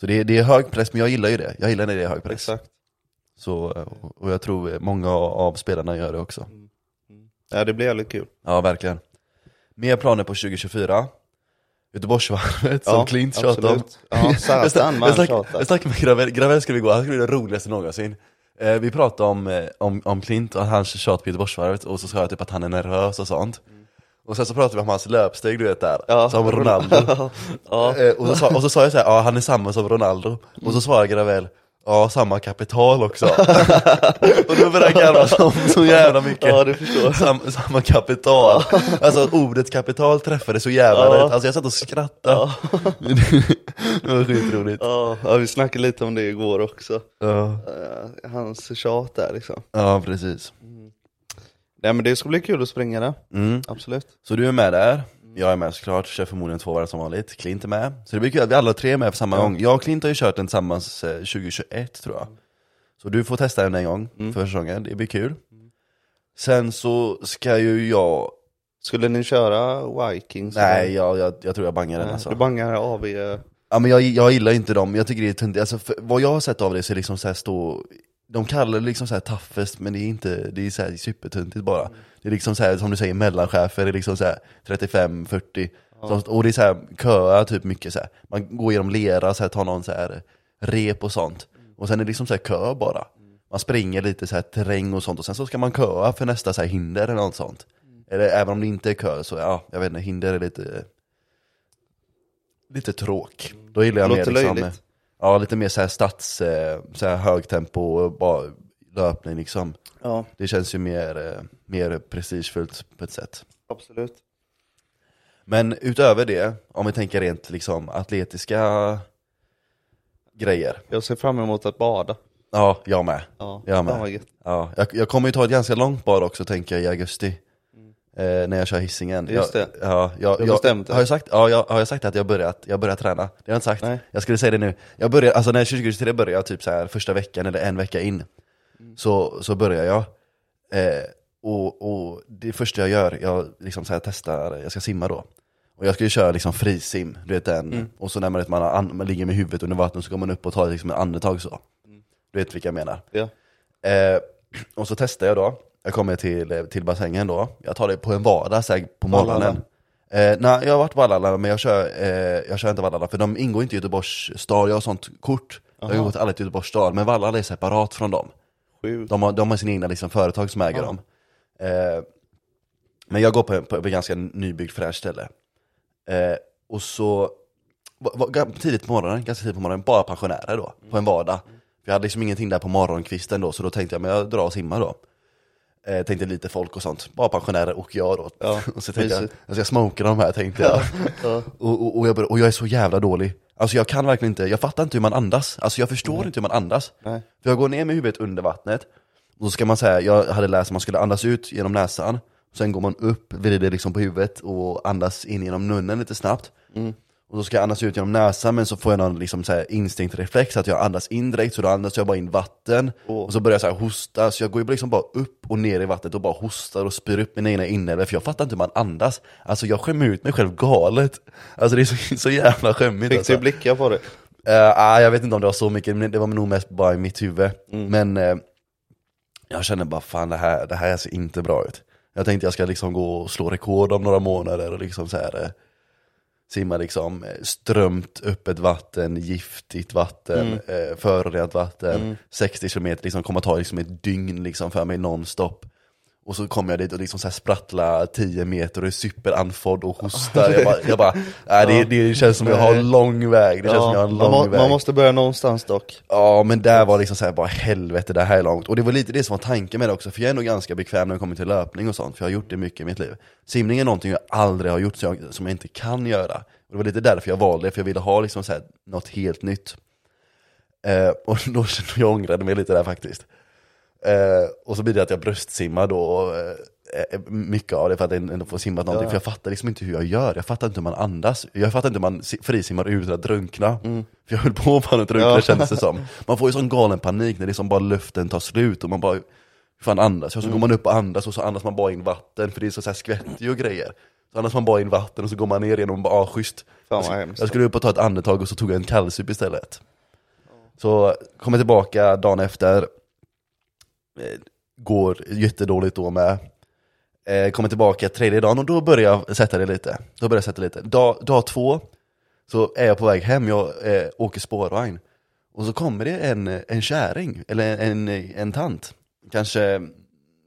Så det är, det är hög press, men jag gillar ju det. Jag gillar när det är hög press. Exakt. Så, och- och jag tror många av spelarna gör det också. Mm. Ja, det blir jävligt kul. Ja, verkligen. Mer planer på 2024. Göteborgsvarvet som ja, Klint tjatar om. absolut. Ja, Jag satan, snack- man jag snack- tjatar. jag snackade med Gravell, Gravell skulle vi gå, han skulle bli den roligaste någonsin. Eh, vi pratade om, eh, om, om Klint och hans tjat på Göteborgsvarvet och så sa jag typ att han är nervös och sånt. Och sen så pratade vi om hans löpsteg du vet där, Ja. som Ronaldo. Ja. Eh, och, så sa, och så sa jag så här, ja han är samma som Ronaldo. Och så svarade Gravel, ja samma kapital också. och då började jag garva så, så jävla mycket. Ja, det förstår jag. Sam, samma kapital. alltså ordet kapital träffade så jävla Ja. rätt. Alltså jag satt och skrattade. det var skitroligt. Ja, ja, vi snackade lite om det igår också. Ja. Eh, Hans tjat där liksom. ja, precis. Nej men det ska bli kul att springa där, Mm. absolut. Så du är med där, jag är med såklart, kör förmodligen två varv som vanligt, Klint är med. Så det blir kul att vi alla tre är med på samma gång. Jag och Klint har ju kört den tillsammans eh, 2021 tror jag. Så du får testa den en gång för säsongen, det blir kul. Sen så ska ju jag, Skulle ni köra Vikings? nej jag, jag, jag tror jag bangar den alltså. Du bangar eh, av er. Ja men jag, jag gillar inte dem, jag tycker det är tunt. Alltså, för, vad jag har sett av det så är det liksom så här stå, de kallar det liksom så här toughest men det är inte, det är så här supertuntigt bara. Det är liksom så här, som du säger, mellanchefer, det är liksom så här 35-40. Som- Och det är så här köa typ mycket så här. Man går genom lera, så här, tar någon så här rep och sånt. Och sen är det liksom så här kö bara. Man springer lite så här terräng och sånt och sen så ska man köa för nästa så här hinder eller något sånt. Eller även om det inte är kö så, ja, jag vet inte, hinder är lite lite tråk. Då gillar jag Låter mer liksom, löjligt. ja lite mer så här stats, eh, så här högtempo och bara löpning liksom. Ja, Det känns ju mer, eh, mer prestigefullt på ett sätt. absolut. Men utöver det, om vi tänker rent liksom atletiska grejer. Jag ser fram emot att bada. Ja, jag med. Ja, Jag fan vad med. gött. Ja, jag, jag kommer ju ta ett ganska långt bad också tänker jag i augusti. Eh, när jag kör hissingen. Mm. Just Jag, det. ja, jag, har jag, bestämt det. har jag sagt, ja, jag, har jag sagt att jag börjat, jag börjat träna? Det har jag inte sagt. Nej. Jag skulle säga det nu. Jag börjar, alltså när 2023 börjar jag typ så här första veckan eller en vecka in. Mm. Så, så börjar jag. Eh, och, och det första jag gör, jag liksom så här testar, jag ska simma då. Och Och jag ska ju köra liksom frisim, du vet den. Mm. Och så när man, vet, man, har an- man ligger med huvudet under vattnet så går man upp och tar liksom ett andetag så. Mm. Du vet vilka jag menar. Ja. Eh, och så testar jag då. Jag kommer till, eh, till bassängen då. Jag tar det på en vardag så här, på morgonen. Eh, nej, jag har varit på Vallala, men jag kör, eh, jag kör inte Vallala, för de ingår inte i Göteborgs stad. Jag har sånt kort. Jag har gått alla till Göteborgs stad, men Vallala är separat från dem. Sjukt. De har, de har sina egna liksom, företag som äger dem. Eh, men jag går på, på, på ett ganska nybyggt fräscht ställe. Eh, och så, var, var, gam- tidigt på morgonen, ganska tidigt på morgonen, bara pensionärer då, på en vardag. För jag hade liksom ingenting där på morgonkvisten då, så då tänkte jag men jag drar och simmar då. Eh, tänkte lite folk och sånt, bara pensionärer och jag då. Ja, och så tänkte jag, mysigt. jag ska smoka de här tänkte jag. och, och, och, jag började, och jag är så jävla dålig. Alltså jag kan verkligen inte, jag fattar inte hur man andas. Alltså jag förstår inte hur man andas. Nej. För jag går ner med huvudet under vattnet, och så ska man säga, jag hade läst att man skulle andas ut genom näsan, sen går man upp, vrider liksom på huvudet och andas in genom munnen lite snabbt. Och då ska jag andas ut genom näsan, men så får jag någon liksom så här instinktreflex att jag andas in direkt, så då andas jag bara in vatten. Och så börjar jag så här hosta, så jag går ju liksom bara upp och ner i vattnet och bara hostar och spyr upp mina egna inälvor, för jag fattar inte hur man andas. Alltså jag skämmer ut mig själv galet. Alltså det är så, så jävla skämmigt. Fick du Alltså. blickar på det? Eh, ah, jag vet inte om det var så mycket, men det var nog mest bara i mitt huvud. Men eh, jag kände bara, fan det här, det här ser inte bra ut. Jag tänkte jag ska liksom gå och slå rekord om några månader och liksom så här, eh, simma liksom eh, strömt, öppet vatten, giftigt vatten, eh, förorenat vatten, 60 kilometer, liksom kommer ta liksom ett dygn liksom för mig nonstop. Och så kom jag dit och liksom så här sprattla 10 meter och är superanfodd och hostar. Jag bara, jag bara nej, det, det känns som jag har Nej. lång väg. Det känns som jag har en man, lång må- väg. man måste börja någonstans dock. Ja, men där var liksom såhär, bara helvete det här är långt. Och det var lite det som var tanken med det också, för jag är nog ganska bekväm när det kommer till löpning och sånt, för jag har gjort det mycket i mitt liv. Simning är någonting jag aldrig har gjort, som jag, som jag inte kan göra. Och det var lite därför jag valde det, för jag ville ha liksom såhär, något helt nytt. Eh, och då kände jag ångrade mig lite där faktiskt. Eh, och så blir det att jag bröstsimmar då, eh, eh, mycket av det för att jag ändå får simma någonting. För jag fattar liksom inte hur jag gör, jag fattar inte hur man andas. Jag fattar inte hur man si- frisimmar utan att drunkna. För jag höll på att fan att drunkna kändes det som. Man får ju sån galen panik när det är som bara luften tar slut och man bara, hur fan andas jag? Så går man upp och andas och så andas man bara in vatten, för det är så, så här skvättig och grejer. Så andas man bara in vatten och så går man ner genom och bara, ah schysst. vad Jag sk- hemskt. jag skulle upp och ta ett andetag och så tog jag en kallsup istället. Så kommer tillbaka dagen efter, Eh, går jättedåligt då med. Eh, kommer tillbaka tredje dagen och då börjar jag sätta det lite. Då börjar jag sätta lite. Dag, dag två så är jag på väg hem, jag eh, åker spårvagn. Och så kommer det en, en käring, eller en, en tant, kanske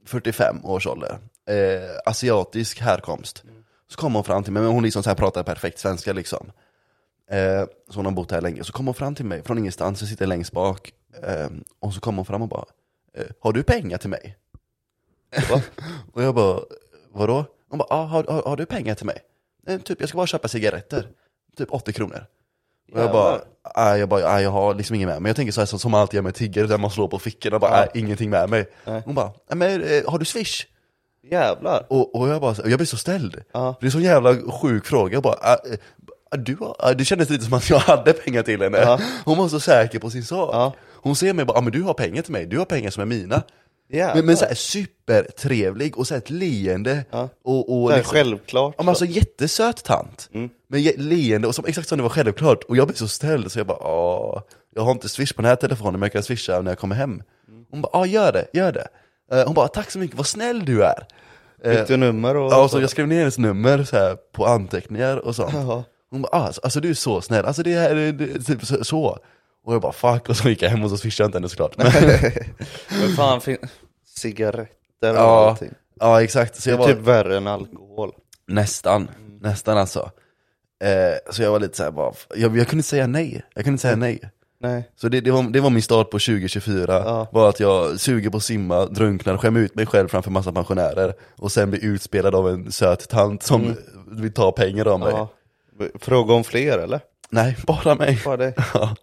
45 års ålder, eh, asiatisk härkomst. Så kommer hon fram till mig, men hon liksom så här pratar perfekt svenska liksom. Eh, så hon har bott här länge. Så kom hon fram till mig från ingenstans, jag sitter längst bak. Eh, och så kom hon fram och bara, eh, har du pengar till mig? Va? och jag bara, vadå? Hon bara, ah, har, har, har du pengar till mig? Eh, typ, jag ska bara köpa cigaretter. Typ 80 kronor. Och jag bara, nej jag, bara, nej, jag har liksom inget med mig. Jag tänker så här som, som alltid jag med tiggare, där man slår på fickorna och bara, nej, ingenting med mig. Hon bara, nej, men, eh, har du swish? Jävlar. Och, och jag, bara, så- jag blir så ställd. Ja. Det är en sån jävla sjuk fråga. Jag bara, "Ah, eh, du, har- ah, det kändes lite som att jag hade pengar till henne. Hon var så säker på sin sak. Ja. Hon ser mig och bara, ah, men du har pengar till mig, du har pengar som är mina. Jävlar. Men, men så här, supertrevlig och så här, ett leende. Och, och Det är liksom- självklart. Ja, men alltså jättesöt tant. Mm. Men je- leende, och som, exakt som det var självklart. Och jag blev så ställd så jag bara, Åh, jag har inte swish på den här telefonen men jag kan swisha när jag kommer hem. Mm. Hon bara, ja gör det, gör det. Eh, Hon bara, tack så mycket, vad snäll du är. Eh, Fick du nummer och... Ja, och så jag skrev ner hennes nummer så här, på anteckningar och sånt. Jaha. Hon bara, ah, alltså du är så snäll, alltså det här är det, typ så- så. Och jag bara fuck, och så gick jag hem och så swishade jag inte henne såklart. Men, Men fan, fin- Cigaretter och ja, typ. allting. ja, exakt. Så Det jag är var, typ värre än alkohol. Nästan, nästan alltså. Eh, så jag var lite såhär, bara, f- jag, jag kunde inte säga nej. Jag kunde inte säga nej. Nej. Så det, det, var, det var min start på 2024, Ja. var att jag suger på att simma, drunknar, skämmer ut mig själv framför massa pensionärer och sen blir utspelad av en söt tant som vill ta pengar av mig. Ja. Fråga om fler eller? Nej, bara mig. Bara dig. Ja.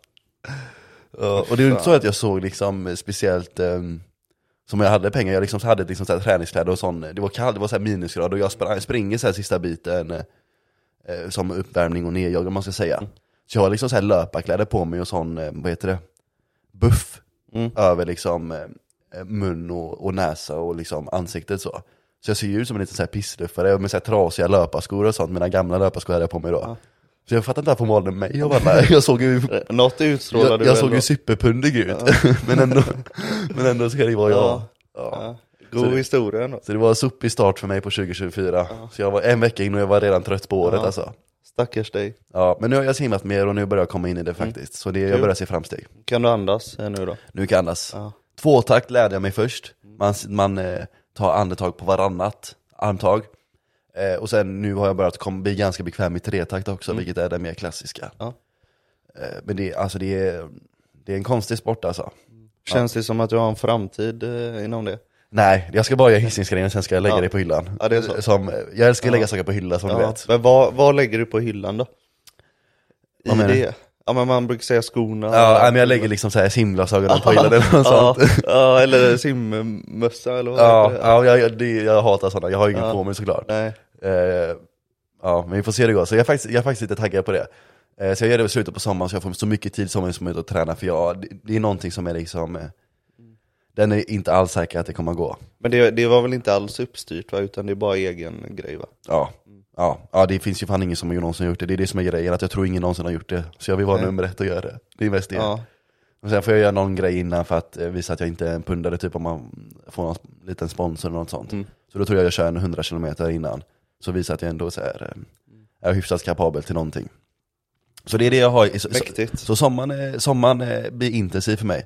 Ja, och det är ju inte så att jag såg liksom speciellt ehm, som jag hade pengar, jag liksom hade liksom så här träningskläder och sånt, det var kallt, det var så här minusgrader och jag sprang, springer så här sista biten eh, som uppvärmning och nedjag om man ska säga. Så jag har liksom så här löparkläder på mig och sån, eh, vad heter det, eh, buff över liksom eh, mun och, och näsa och liksom ansiktet så. Så jag ser ju ut som en liten så här pissluffare med så här trasiga löparskor och sånt, mina gamla löparskor hade jag på mig då. Så jag fattar inte varför de valde mig av alla. Jag såg ju, Något utstrålar jag, du jag väl såg då? ju superpundig ut. men, ändå, men ändå ska det ju vara jag. Ja. Ja. Ja. God historia ändå. Så det var en sopig start för mig på 2024. Så jag var en vecka in och jag var redan trött på året alltså. Stackars dig. Ja, men nu har jag simmat mer och nu börjar jag komma in i Mm. det faktiskt. Så det, jag börjar se framsteg. Kan du andas här nu då? Nu kan jag andas. Ja. Mm. Tvåtakt lärde jag mig först. Man, man eh, tar andetag på varannat armtag. Eh, och sen nu har jag börjat kom, bli ganska bekväm i tretakt också, vilket är det mer klassiska. Mm. Ja. Eh, men det, alltså det, är, det är en konstig sport alltså. Känns det som att du har en framtid eh, inom det? Nej, jag ska bara göra hissingsgrejen och sen ska jag lägga Ja. det på hyllan. Ja, det är så. Som, jag älskar att lägga saker på hyllan som du vet. Men vad, vad lägger du på hyllan då? I Vad menar du? det? Ja men man brukar säga skorna. Ja, nej, men jag lägger liksom så här simglasögonen på hyllan eller något ja, sånt. ja, eller simmössa eller vad Ja, heter det? ja jag, jag, det, jag hatar sådana, jag har ju ingen Ja. på mig såklart. Nej. Eh, ja, men vi får se hur det går. Så jag är faktiskt, jag är faktiskt lite taggad på det. Eh, så jag gör det i slutet på sommaren så jag får så mycket tid som möjligt som möjligt att träna, för jag, det, det är någonting som är liksom, eh, den är inte alls säker att det kommer att gå. Men det, det var väl inte alls uppstyrt va? Utan det är bara egen grej va? Ja. Ja, ja, det finns ju fan ingen som någonsin har gjort det. Det är det som är grejen, att jag tror ingen någonsin har gjort det. Så jag vill vara Nej. nummer ett och göra det. Det är mest det. Ja. Och sen får jag göra någon grej innan för att eh, visa att jag inte är en pundare, typ om man får någon liten sponsor eller något sånt. Mm. Så då tror jag jag kör en 100 km innan, så visar att jag ändå så här, eh, är hyfsat kapabel till någonting. Så det är det jag har. i- Så, Mäktigt. Mm. så sommaren, är- sommaren eh, blir intensiv för mig.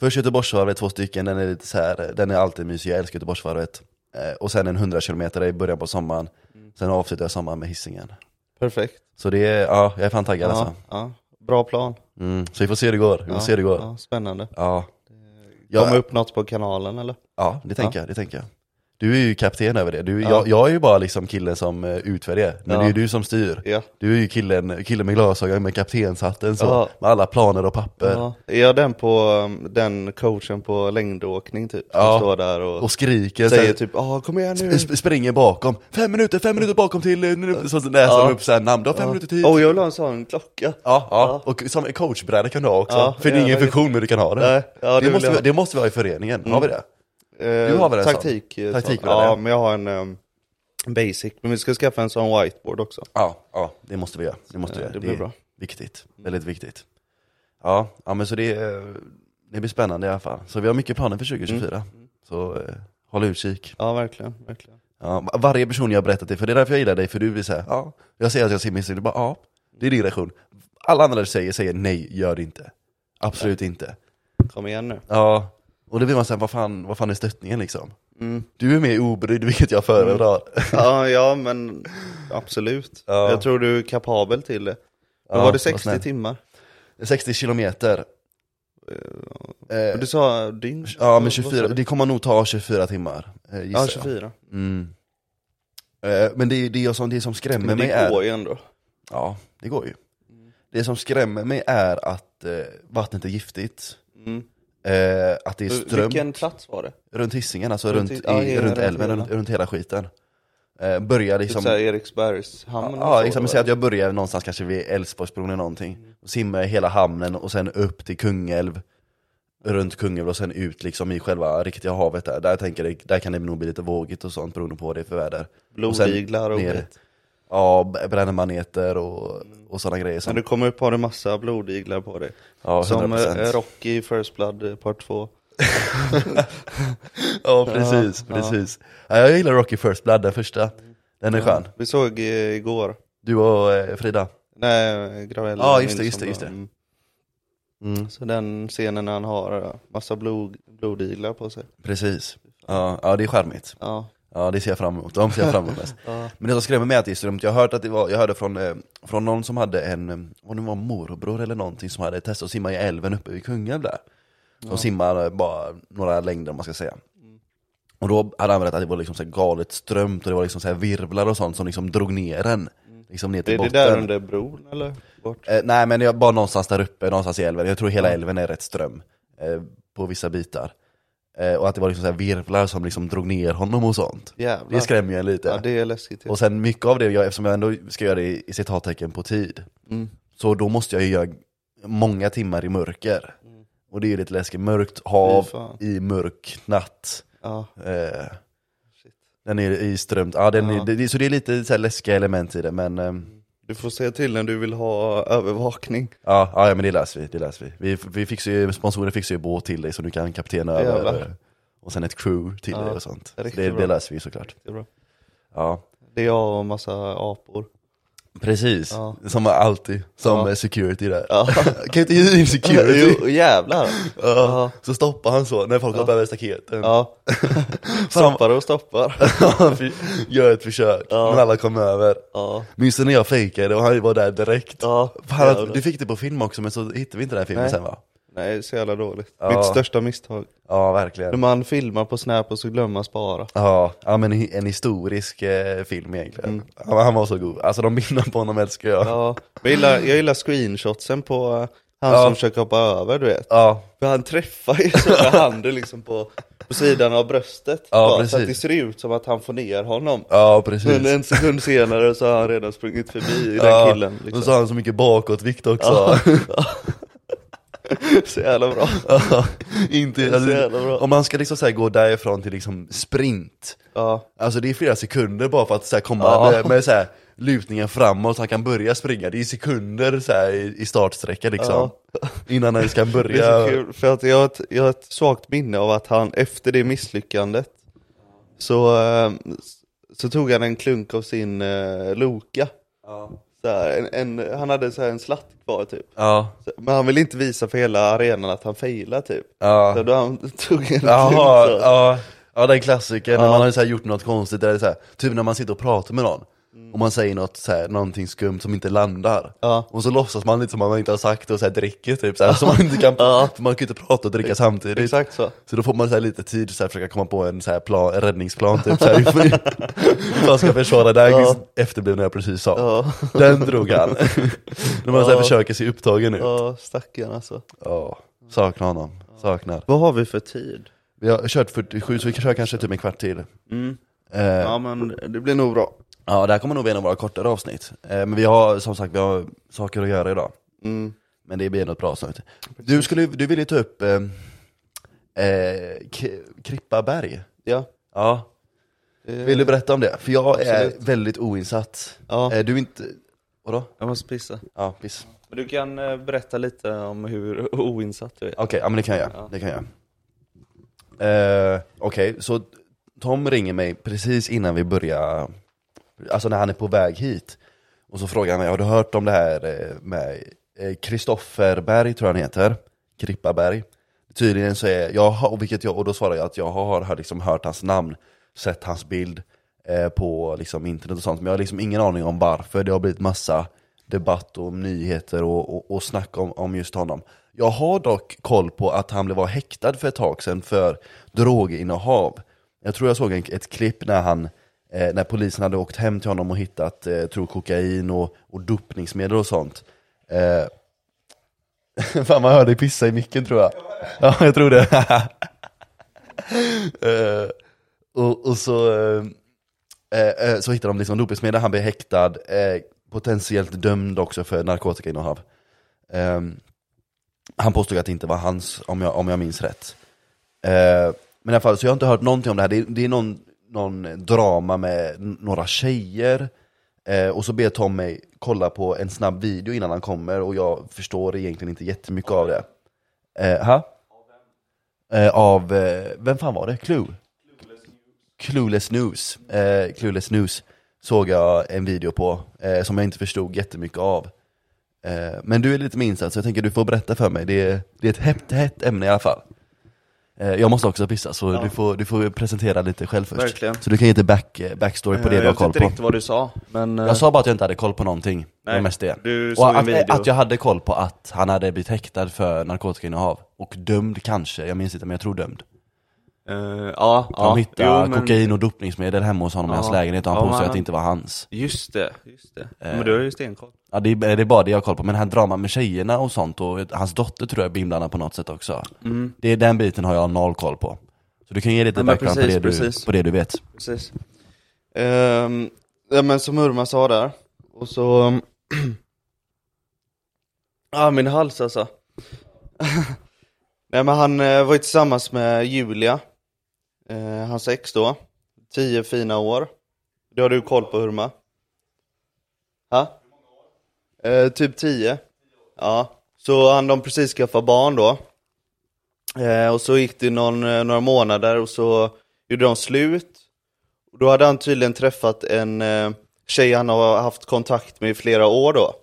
Först Göteborgsvarvet, två stycken, den är lite så här, eh, den är alltid mysig, jag älskar Göteborgsvarvet. Eh, Och sen en 100 km i början på sommaren, Mm. sen avslutar jag sommaren med hissingen. Perfekt. Så det är, ja, jag är fan taggad Ja, alltså. ja. Bra plan. Mm. Så vi får se hur det går, vi får Ja, se hur det går. Ja, spännande. Ja. Kommer Jag- upp något på kanalen eller? Ja, det tänker jag. Det tänker jag. Du är ju kapten över det. Du, Ja. jag, jag är ju bara liksom killen som eh, utvärderar, men Ja. det är ju du som styr. Ja. Du är ju killen, killen med glasögon med kaptenshatten så, Ja. med alla planer och papper. Ja. Är jag den på um, den coachen på längdåkning typ? Som Ja. står där och, Och skriker, säger säger typ ja kom igen nu. sp springer bakom, fem minuter, fem minuter bakom till, eh, nu- så läser de Ja. Oh, upp så här namn, du har fem minuter tid. Åh, jag vill ha en sån klocka. Ja, ja. och som coachbräda kan du ha också. Ja, för det är ingen ja, funktion men du kan ha den. Nej, ja, det det, vill måste jag vi, ha. Mm. det måste vi ha i föreningen, har vi det? Du har väl en sån? taktik, eh, Taktik, sån. väl, eller? Ja, men jag har en um, basic. Men vi ska skaffa en sån whiteboard också. Ja, ja det måste vi göra. Det, måste vi Ja, göra. det blir är bra. Viktigt, väldigt viktigt. Ja, ja men så det, eh, det blir spännande i alla fall. Så vi har mycket planer för 2024. Mm. Så eh, håll utkik. Ja, verkligen. verkligen. Ja, va- varje person jag har berättat det för, det är därför jag gillar dig, för du blir såhär, ja, jag säger att jag simmar, så du bara, ja, det är din reaktion. Alla andra du säger, säger nej, gör det inte. Absolut inte. Kom igen nu. Ja, och då blir man såhär, vad fan, vad fan är stöttningen liksom? Mm. Du är mer obrydd, vilket jag föredrar. Ja, ja men absolut. Ja. Jag tror du är kapabel till det. Då Ja, var det vad 60 snäll. timmar. 60 kilometer. Eh, Och Du sa dygn? Ja men Vad sa 24, du? det kommer nog ta 24 timmar, eh, gissar Ja, jag. 24. Mm. Eh, Men det, är ju det, jag som, det som skrämmer Men mig det går är... ju ändå. Ja, det går ju. Det som skrämmer mig är att eh, vattnet är giftigt, Mm. eh, att det är ström Vilken plats var det? runt hissingen, alltså Runt runt, His- i, ja, ja, runt runt älven, hela. runt, runt hela skiten. Eh, börjar Typ liksom... såhär Eriksbergshamn? och Ja, så, liksom, men eller? säg att jag börjar någonstans kanske vid Älvsborgsbron eller någonting. Och simmar i hela hamnen och sen upp till Kungälv, runt Kungälv och sen ut liksom i själva riktiga havet där. Där, tänker jag, där kan det nog bli lite vågigt och sånt beroende på vad det är för väder. Och sen Blodiglar och ner. skit. Ja, b- brännmaneter och, och sådana grejer. När Som, du kommer upp har du massa blodiglar på dig. ja, 100%. Som eh, Rocky i First Blood eh, Part 2. ja, precis. Ja, ja. precis. Ja. jag gillar Rocky First Blood, den första. Den är skön. Vi såg eh, igår. Du och eh, Frida? Nej, Gravel. Ja, just det, just det, just det. Mm. Så den scenen när han har eh, massa blod, blodiglar på sig. Precis. Ja, ja, det är charmigt. Ja. Ja, det ser jag fram emot. De ser jag fram emot mest. Ja. Men det som skrämmer mig är att det är strumt. Jag, har hört att det var, jag hörde från, eh, från någon som hade en, eh, vad det var, morbror eller någonting som hade testat att simma i älven uppe vid Kungälv där. Som simmar eh, bara några längder om man ska säga. Och då hade han berättat att det var liksom så här galet strömt och det var liksom så här virvlar och sånt som liksom drog ner den. Liksom ner till Är Mm. det botten. där under bron eller? Bort? Eh, nej men jag, bara någonstans där uppe, någonstans i älven. Jag tror hela älven är rätt ström eh, på vissa bitar. Eh, och att det var liksom så här virvlar som liksom drog ner honom och sånt. Jävlar. Det skrämmer ju en lite. Ja, det är läskigt. ju. Och sen mycket av det, jag, eftersom jag ändå ska göra det i, i citattecken på tid, Mm. så då måste jag ju göra många timmar i mörker. Mm. Och det är ju lite läskigt, mörkt Fy hav fan. i mörk natt. Ja. Eh, Den är i strömt. Ja, den Ja. Mm. Är, det, så det är lite så här läskiga element i det, men ehm, Du får säga till när du vill ha övervakning. ja, ja, ja, men det löser vi. Det löser vi. vi, vi fixar ju, sponsorer fixar ju båt till dig så du kan kaptena över. Jävlar. eh, Och sen ett crew till dig och sånt. Så riktigt Det, bra. det löser vi såklart. Det är bra. Ja, Det är jag och massa apor. precis. Ja. Som alltid, som Ja. eh, security där. Ja. kan ju inte hyra in security. jo, jävlar. Ja, så stoppar han så när folk hoppar över staketen. Ja. Stoppar Typ. och stoppar. Gör ett försök, men alla kommer över. Ja. Minns du när jag fejkade och han var där direkt? Ja, Fan, att- jävlar. du fick det på film också men så hittade vi inte den här filmen Nej. sen va? Nej, det är så jävla dåligt. Ja. Mitt största misstag. Ja När verkligen. man filmar på Snap och så glömmer man spara. Ja, ja men hi- en historisk eh, film egentligen. Han, han var så god, alltså de bilderna på honom älskar jag. Ja, Mm. Ja. Jag gillar, jag gillar screenshotsen på eh, han Ja. som försöker hoppa över, du vet. ja, För han träffar ju så med handen liksom på, på sidan av bröstet. Ja, så att det precis. ser ut som att han får ner honom. precis. Men en sekund senare så har han redan sprungit förbi ja, den killen. Liksom. Och så har han så mycket bakåtvikt också. Så jävla bra. Ja, inte, är så jävla bra. alltså, om man ska liksom så här gå därifrån till liksom sprint, Ja. alltså det är flera sekunder bara för att så här komma Ja. med, med så här lutningen framåt så han kan börja springa, det är sekunder så här i, i startsträcka liksom. Innan han ska Det är så börja. kul, för att jag har, ett, jag har ett svagt minne av att han efter det misslyckandet så, eh, så tog han en klunk av sin eh, Loka. Så här, en, en, han hade så här en slatt kvar typ. Ja. Så- Men han ville inte visa för hela arenan att han failade typ. Ja. Så då han tog en klunk Jaha, så. ja. Ja den klassiken när man har så här gjort något konstigt, eller så här, typ när man sitter och pratar med någon och man säger något, så här, någonting skumt som inte landar. Mm. Ja. Och så låtsas man lite som att man inte har sagt det och så här, dricker typ, så, här, så man inte kan, Ja. för man kan ju inte prata och dricka samtidigt. Exakt så. Så då får man så här, lite tid att försöka komma på en, så här, plan, en räddningsplan typ, så här, hur man ska försvara det här Ja. efterblivna jag precis sa. Ja. Den drog han. när man så här, Ja. försöker se upptagen ut. Ja. Ja, stackarn alltså. Saknar honom, saknar. Vad har vi för tid? Vi har kört 47 så vi kör kanske typ en kvart till. Eh, ja. Mm. Ja men det blir nog bra. det här kommer nog bli en av våra kortare avsnitt. Eh, men vi har som sagt vi har saker att göra idag. Mm. Men det blir något bra avsnitt. Du, skulle, du ville ju ta upp eh, eh, K- Krippaberg. Ja. Ja. Vill du berätta om det? För jag Absolut. är väldigt oinsatt. Ja. Eh, du är inte... Vadå? Jag måste pissa. Ja, piss. Men du kan eh, berätta lite om hur oinsatt du är. Okej, ja men det kan jag. Ja. Det kan jag. Eh, Okej, så Tom ringer mig precis innan vi börjar, alltså när han är på väg hit. Och så frågar han mig, har du hört om det här eh, med eh, Kristoffer Berg, tror jag han heter, Krippaberg? Tydligen så är, jag har, och vilket jag, och då svarar jag att jag har hört- liksom hört hans namn, sett hans bild eh, på liksom internet och sånt, men jag har liksom ingen aning om varför. Det har blivit massa debatt och nyheter och, och, och snack om, om just honom. Jag har dock koll på att han blev var häktad för ett tag sedan för droginnehav. Jag tror jag såg en, ett klipp när han eh, när polisen hade åkt hem till honom och hittat eh, tror kokain och, och dopningsmedel och sånt. Eh, fan man hörde dig pissa i micken tror jag. Ja, jag tror det. eh, och, och så, eh, eh, eh, så hittade de liksom dopningsmedel, han blev häktad, eh, potentiellt dömd också för narkotikainnehav. Eh, han påstod att det inte var hans, om jag, om jag minns rätt. Eh, men i alla fall, så jag har inte hört någonting om det här. Det är, det är någon, någon drama med n- några tjejer. Eh, och så ber Tom mig kolla på en snabb video innan han kommer och jag förstår egentligen inte jättemycket av det. Eh, ha? Eh, av, eh, vem fan var det? Clue? Clueless News. Eh, Clueless News såg jag en video på eh, som jag inte förstod jättemycket av. Eh, men du är lite mer insatt så jag tänker du får berätta för mig. Det är, det är ett hett, hett ämne i alla fall. Eh, jag måste också pissa så du, får, du får presentera lite själv först. Verkligen. Så du kan ge lite back, eh, backstory på det du har jag vet koll inte på. riktigt vad du sa, men... eh, Jag sa bara att jag inte hade koll på någonting. Nej, mest det. du såg och en att, video. att jag hade koll på att han hade blivit häktad för narkotikainnehav. Och dömd kanske, jag minns inte men jag tror dömd. eh, ja, För de ja. hittade Jo, men- kokain och dopningsmedel hemma hos honom i Ja. hans lägenhet och han Ja, påstod men att det han- inte var hans. Just det, just det. Eh. Men du har ju stenkoll. Ja, det, är, det är bara det jag har koll på. Men den här dramat med tjejerna och sånt och hans dotter tror jag blir inblandad på något sätt också. Mm. Det är den biten har jag noll koll på. Så du kan ge lite Ja, men background precis, på, det du, precis. på det du vet. Precis. Ehm, ja, men som Urma sa där, och så... ehm, ah, min hals alltså. Nej men han eh, var ju tillsammans med Julia, eh, hans ex då, Tio fina år. Det har du koll på Hurma? Ha? Eh, typ tio. Ja. Så han de precis skaffa barn då. Eh, och så gick det någon, eh, några månader och så gjorde de slut. Och Då hade han tydligen träffat en eh, tjej han har haft kontakt med i flera år då.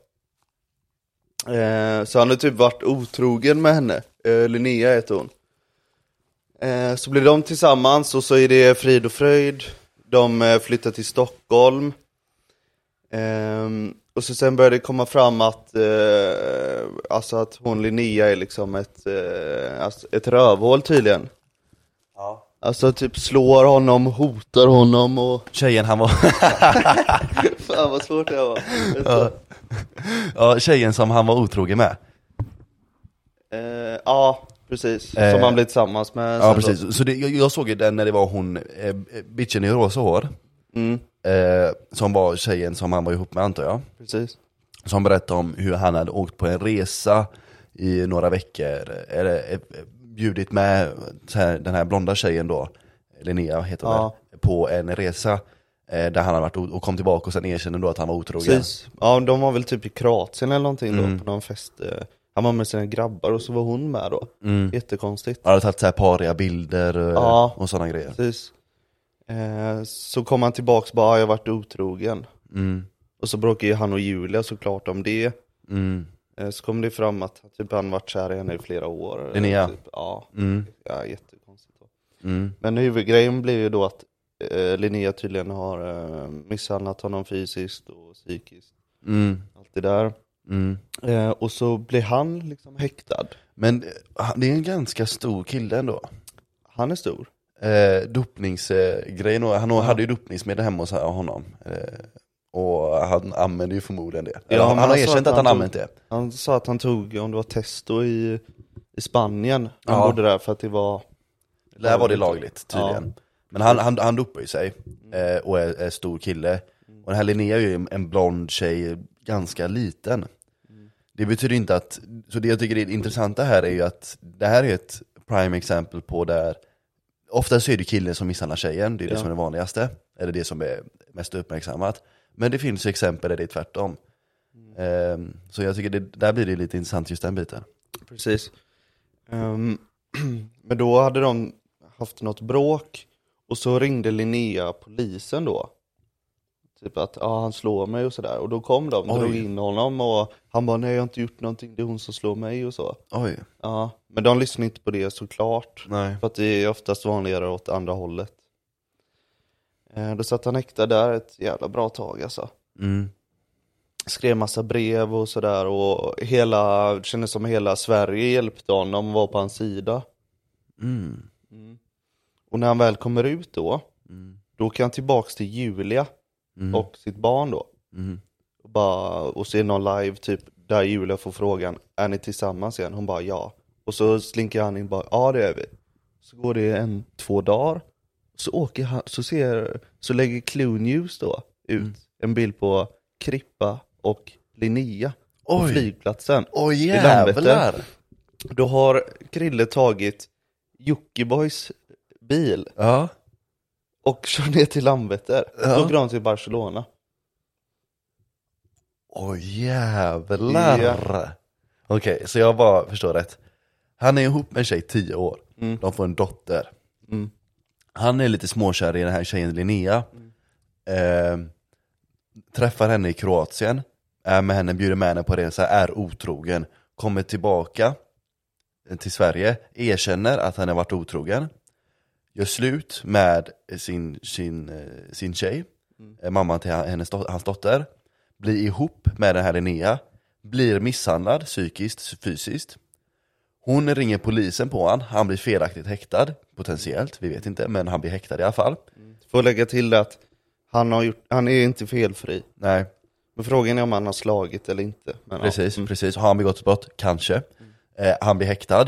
Eh, så han har typ varit otrogen med henne. Eh, Linnea heter hon. Eh, så blir de tillsammans och så är det frid och fröjd. De eh, flyttar till Stockholm. Ehm, och så sen började det komma fram att, eh, alltså att hon Linnea är liksom ett, eh, alltså ett rövhål tydligen. Alltså typ slår honom, hotar honom och... Tjejen han var, Fan vad svårt det här var. ja, tjejen som han var otrogen med. Eh, ja, precis. Eh, Som han blev tillsammans med. sen Ja då. precis, så det, jag, jag såg ju den när det var hon, eh, bitchen i rosa hår. Mm. Eh, som var tjejen som han var ihop med antar jag. precis. Som berättade om hur han hade åkt på en resa i några veckor, eller eh, bjudit med så här, den här blonda tjejen då, Linnea heter hon Ja. väl, på en resa eh, där han hade varit o- och kom tillbaka och sen erkände då att han var otrogen. precis. Ja, de var väl typ i Kroatien eller någonting Mm. då, på någon fest. eh. Han var med sina grabbar och så var hon med då. Mm. Jättekonstigt. Han hade tagit så här pariga bilder eh, Ja. och sådana grejer. Precis. Eh, så kom han tillbaks och bara, "Ah, jag har varit otrogen. Och så bråkade ju han och Julia såklart om det. Mm. Eh, så kom det fram att typ, han varit kär i henne i flera år. eh, Linnea? Typ. Ja. Mm. ja, jättekonstigt. Då. Mm. Men huvudgrejen blev ju då att eh, Linnea tydligen har eh, misshandlat honom fysiskt och psykiskt. Mm. Allt det där. Mm. Eh, och så blev han liksom häktad. Men eh, han- det är en ganska stor kille ändå. Han är stor. eh, dopningsgrejen, och han hade ju dopningsmedel hemma hos honom. Eh, och han använde ju förmodligen det. Eller men han, han har sa att erkänt att han han använt det. Han sa att han tog, om det var testo i, i Spanien, han Ja. bodde där för att det var Där var det lagligt tydligen. Men han, han, han dopar ju sig eh, och är, är stor kille. Och den här Linnea är ju en- en blond tjej, ganska liten. Det betyder inte att, så det jag tycker är det intressanta här är ju att det här är ett prime exempel på där, oftast är det killen som misshandlar tjejen, det är det Ja. som är det vanligaste, eller det som är mest uppmärksammat. Men det finns ju exempel där det är tvärtom. Ehm, så jag tycker det, där blir det lite intressant just den biten. Precis. Ehm, men då hade de haft något bråk och så ringde Linnea polisen då. Typ att ja, han slår mig och sådär. Och då kom de, Oj. drog in honom och han bara nej jag har inte gjort någonting, det är hon som slår mig och så. Oj. Ja, men de lyssnar inte på det såklart. Nej. För att det är oftast vanligare åt andra hållet. Eh, Då satt han häktad där ett jävla bra tag alltså Mm. skrev massa brev och sådär och hela, det kändes som hela Sverige hjälpte honom och var på hans sida. Mm. Och när han väl kommer ut då, Mm. då kan han tillbaks till Julia och sitt barn då. Mm. Och, bara, och så är det någon live typ där Julia får frågan, är ni tillsammans igen? Hon bara ja. Och så slinker han in bara, ja det är vi. Så går det en, två dagar. Så åker han, så ser, så lägger Clue News då ut Mm. en bild på Krippa och Linnea på Oj. flygplatsen. Åh Landvetter. jävlar! Då har Krille tagit Jockibois bil Ja. och kör ner till Landvetter. Ja. Då går han till Barcelona. Åh jävlar! Ja. Okej, så jag bara förstår rätt. Han är ihop med en tjej 10 år, Mm. de får en dotter. Mm. Han är lite småkär i den här tjejen Linnea. Mm. Eh, träffar henne i Kroatien, är med henne, bjuder med henne på resa, är otrogen. Kommer tillbaka eh, till Sverige, erkänner att han har varit otrogen. Gör slut med sin, sin, eh, sin tjej, mm. mamman till hennes, dot- hans dotter blir ihop med den här Linnea, blir misshandlad psykiskt, fysiskt. Hon ringer polisen på han, han blir felaktigt häktad, potentiellt, vi vet inte, men han blir häktad i alla fall. Får lägga till det att han, har gjort, han är inte felfri. Nej, Men frågan är om han har slagit eller inte. Men ja. precis, precis. Har han begått ett brott? Kanske. Eh, han blir häktad.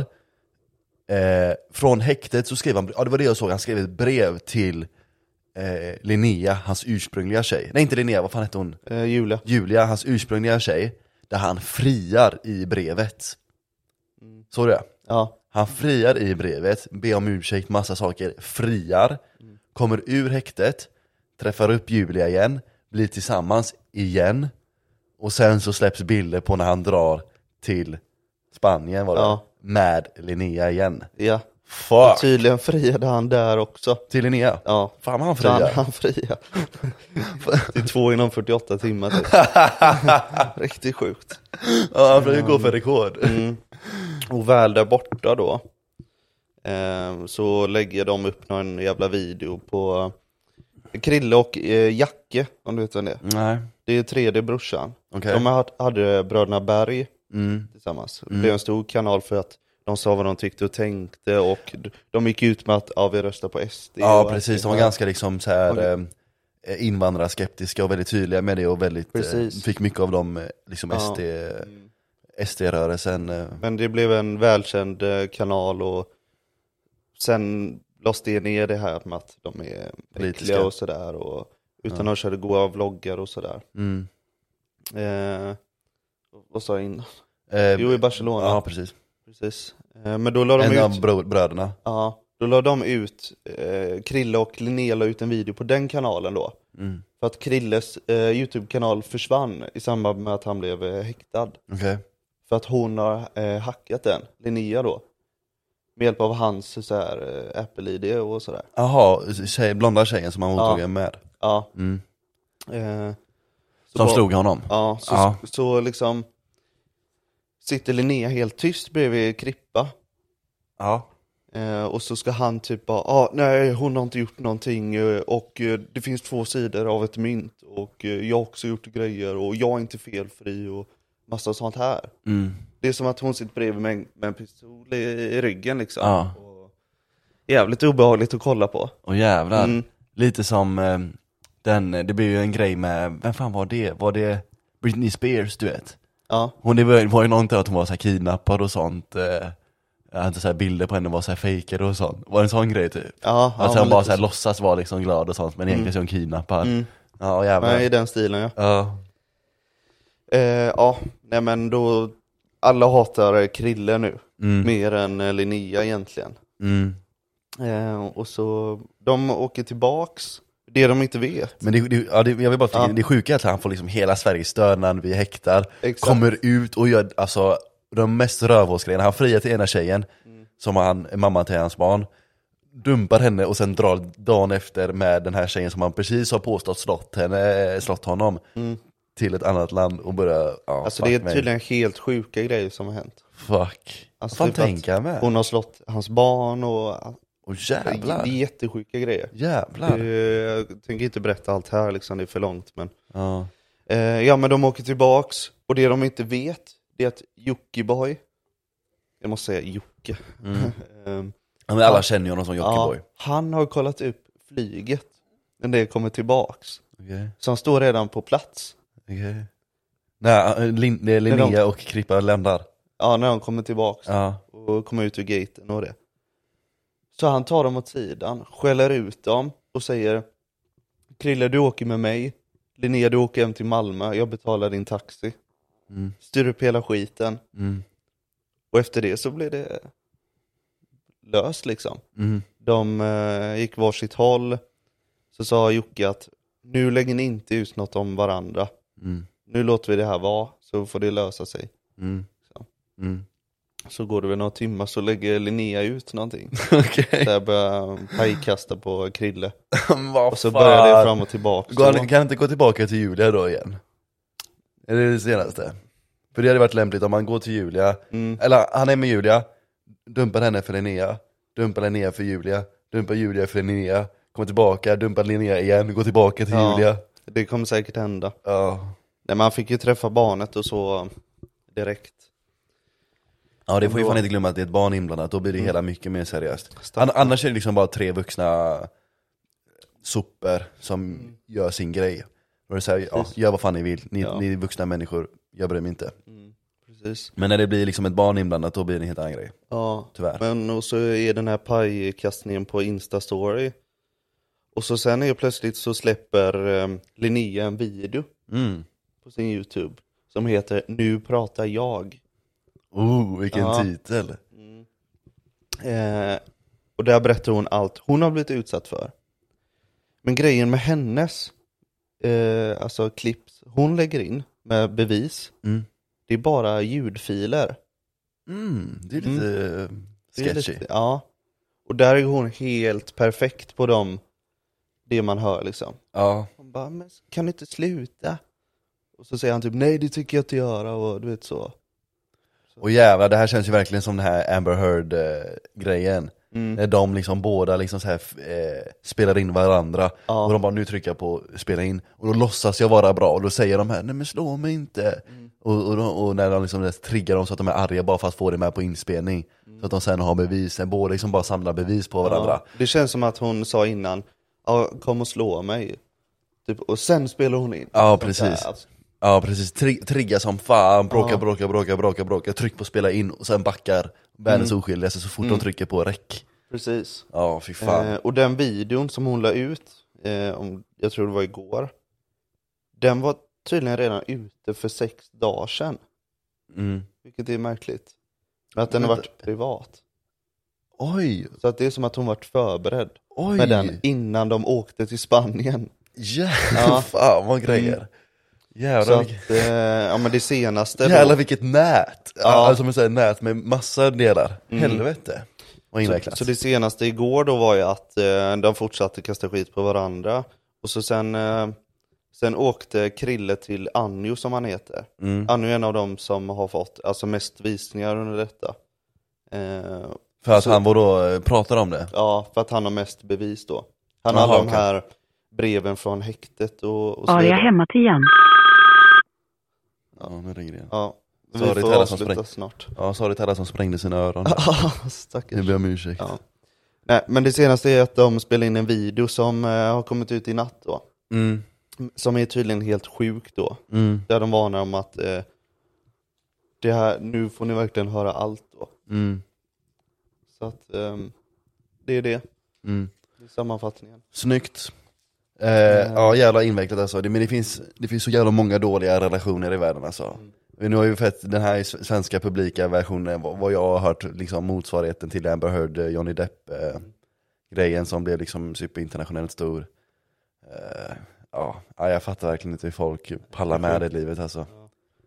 Eh, från häktet så skrev han, ja det var det jag såg, han skrev ett brev till eh, Linnea, hans ursprungliga tjej. Nej inte Linnea, vad fan hette hon? Eh, Julia. Julia, hans ursprungliga tjej, där han friar i brevet. Såg du det? Ja. Han friar i brevet, ber om ursäkt, massa saker, friar, kommer ur häktet, träffar upp Julia igen, blir tillsammans igen. Och sen så släpps bilder på när han drar till Spanien var det, Ja. Typ. med Linnea igen. Ja. Och Fuck! tydligen friade han där också. Till Linnea? Ja. Fan vad han Så han, friar. han friar. Det är två inom 48 timmar typ. Riktigt sjukt. Mm. Ja, han försöker gå för rekord. Och väl där borta då, eh, så lägger de upp någon jävla video på Krille och eh, Jacke, om du vet vem det är. Nej. Det är tredje brorsan. Okej. Mm. De hade- hade Bröderna Berg tillsammans. Det blev en stor kanal för att de sa vad de tyckte och tänkte och d- de gick ut med att ja, vi röstar på SD. Ja och precis, SD. de var ganska liksom så här Okej. eh, invandrarskeptiska och väldigt tydliga med det och väldigt, eh, Precis. fick mycket av dem eh, liksom Ja. Mm. SD, SD-rörelsen. Eh. Men det blev en välkänd eh, kanal och sen lades det ner det här med att de är Politiska. äckliga och sådär. Och, utan att köra goa vloggar och sådär. Mm. Eh, vad sa jag innan? Eh, Jo, i Barcelona. Ja precis, Precis. Eh, men då la de en ut... av bro- bröderna. Ja, då la de ut, eh, Krille och Linnea la ut en video på den kanalen då. Mm. För att Krilles eh, YouTube-kanal försvann i samband med att han blev eh, häktad. Okej. För att hon har eh, hackat den, Linnea då. Med hjälp av hans så här, eh, Apple-id och sådär. Jaha, tjej, blonda tjejen som han våldtog en med. Ja. Mm. Eh, så Som bara- slog honom. Ja, så, Ja. så liksom sitter Linnea helt tyst bredvid Krippa. Ja. Eh, och så ska han typ bara, ah, nej hon har inte gjort någonting eh, och eh, det finns två sidor av ett mynt och eh, jag har också gjort grejer och jag är inte felfri och massa sånt här. Mm. Det är som att hon sitter bredvid med en, med en pistol i, i ryggen liksom. Ja. Och, jävligt obehagligt att kolla på. Och jävlar. Mm. Lite som eh, den, eh, det blev ju en grej med, vem fan var det? Var det Britney Spears du vet? Ja, Hon, det var var ju någonting att hon var så här kidnappad och sånt. Eh, jag hade så här bilder på henne var så här fejkade och sånt. Var det en sån grej typ? ja, att ja, hon bara lite så här låtsas vara liksom glad och sånt men egentligen så är hon kidnappad. Mm. Ja jävlar. Nej, i den stilen ja. Ja. Eh, ja, nej men då, alla hatar eh, Krille nu. Mm. Mer än eh, Linnea egentligen. Mm. Eh, och så, de åker tillbaks, det de inte vet. Men det, det, ja, det, jag vill bara flika Ja. in, det sjuka är att han får liksom hela Sveriges stöd när han blir häktad. Exakt. Kommer ut och gör alltså de mest rövhålsgrejerna. Han friar till ena tjejen, som han, är mamma till hans barn. Dumpar henne och sen drar dagen efter med den här tjejen som han precis har påstått slått, henne, eh, slått honom. Till ett annat land och börjar, ja Mm. Alltså fuck det är mig. tydligen helt sjuka grejer som har hänt. Fuck. Alltså, Vad typ fan att tänker han med? Åh Hon har slått hans barn och det jävlar. är jättesjuka grejer. Jävlar. Eh, Jag tänker inte berätta allt här liksom, det är för långt. Men... Ja. Eh, ja men de åker tillbaks och det de inte vet det är att Jockiboi, jag måste säga Jocke. Ehm, Ja, men alla känner ju honom som Mm. Jockiboi. ja, han har kollat upp flyget när det kommer tillbaks. Okej, Så han står redan på plats. okej. Nej, eh, Lin- det är Linnea de- och Krippa lämnar. Ja, när de kommer tillbaks Ja. och kommer ut ur gaten och det. Så han tar dem åt sidan, skäller ut dem och säger Krille du åker med mig, Linnea du åker hem till Malmö, jag betalar din taxi. Mm. Styr upp hela skiten Mm. och efter det så blev det löst liksom. Mm. De eh, gick varsitt håll, så sa Jocke att nu lägger ni inte ut något om varandra. Mm. Nu låter vi det här vara, så får det lösa sig. Mm. Så. Mm. Så går det väl några timmar så lägger Linnea ut någonting. Okej. Där börjar han pajkasta på Krille. Vad Och så börjar det fan. fram och tillbaka. Går Så- han, kan han inte gå tillbaka till Julia då igen? Är det det senaste? För det hade varit lämpligt om han går till Julia, mm, eller han är med Julia, dumpar henne för Linnea, dumpar Linnea för Julia, dumpar Julia för Linnea, kommer tillbaka, dumpar Linnea igen, går tillbaka till Ja. Julia. Det kommer säkert hända. Ja. Nej, men han fick ju träffa barnet och så um, direkt. ja, det får ju Då- fan inte glömma att det är ett barn inblandat, då blir det hela mycket mer seriöst. Mm. Stackars. An- annars är det liksom bara tre vuxna sopor som Mm. gör sin grej. Och det är så här, ja, gör vad fan ni vill, ni, Ja. ni är vuxna människor, jag bryr mig inte. Precis. Men när det blir liksom ett barn inblandat, då blir det en helt annan grej. Ja, Tyvärr. men och så är den här pajkastningen på Insta-story. Och så sen är plötsligt så släpper eh, Linnea en video Mm. på sin YouTube som heter Nu pratar jag. Oh, vilken Ja. titel! Eh, och där berättar hon allt hon har blivit utsatt för. Men grejen med hennes eh, alltså klipps hon lägger in med bevis, Mm. det är bara ljudfiler. Mm, det är lite mm. Det är sketchy. lite- ja. Och där är hon helt perfekt på dem, det man hör liksom. Ja. Hon bara, men kan du inte sluta? Och så säger han typ, nej det tycker jag inte göra och du vet så. Och jävlar, det här känns ju verkligen som den här Amber eh, Heard-grejen. Eh, När de liksom båda liksom så här, f- eh, spelar in varandra. Ja. Och de bara nu trycker jag på spela in. Och då låtsas jag vara bra och då säger de här nej men slå mig inte. Mm. Och, och, de, och när de liksom triggar dem så att de är arga bara för att få det med på inspelning. Så att de sen har bevisen, båda liksom bara samlar bevis på varandra. Mm. Ja, det känns som att hon sa innan, ja, kom och slå mig. Typ, och sen spelar hon in. Ja, Sånt precis. där, alltså. Ja precis, Tri trigga som fan, bråka, bråka, bråka, bråka, bråka, tryck på spela in och sen backar världens Mm. oskyldiga så så fort de trycker på räck. precis. Ja fy fan. Eh, och den videon som hon la ut, eh, om, jag tror det var igår, den var tydligen redan ute för sex dagar sedan. Mm. Vilket är märkligt. Men att den har varit privat. Oj, Så att det är som att hon varit förberedd oj, med den innan de åkte till Spanien. jävlar Ja. fan vad grejer. Så Mm. Jävlar, vilket- att, eh, ja men det senaste då- jävlar vilket nät! Ja. Mm. Ja. Alltså med så här nät med massa delar, helvete. Och Så, invecklat. så det senaste igår då var ju att eh, de fortsatte kasta skit på varandra. Och så sen, eh, sen åkte Krille till Anjo som han heter. Mm. Anjo är en av dem som har fått alltså, mest visningar under detta. Eh, För att han var då, eh, pratade om det? ja, för att han har mest bevis då. Han Jaha, har de okej. här breven från häktet och, och så Aria vidare. Hemmatian. Ja, nu ringer det igen. Ja, vi Sorry till får alla som avsluta spräng- snart. Ja, sorry till alla som sprängde sina öron. Nu Stackars. ber jag om ursäkt. Ja. Nej, men det senaste är att de spelar in en video som eh, har kommit ut i natt då. Mm. Som är tydligen helt sjuk då. Mm. Där de varnar om att eh, det här, nu får ni verkligen höra allt då. Mm. Så att ehm, det är det. Mm. det är sammanfattningen. Snyggt. Eh, Ja jävla invecklat alltså, det, men det finns, det finns så jävla många dåliga relationer i världen alltså. Men Nu har ju fett, den här s- svenska publika versionen, vad, vad jag har hört, liksom motsvarigheten till Amber Heard, eh, Johnny Depp eh, grejen som blev liksom superinternationellt stor. Eh, ja, ja, jag fattar verkligen inte hur folk pallar med det livet alltså.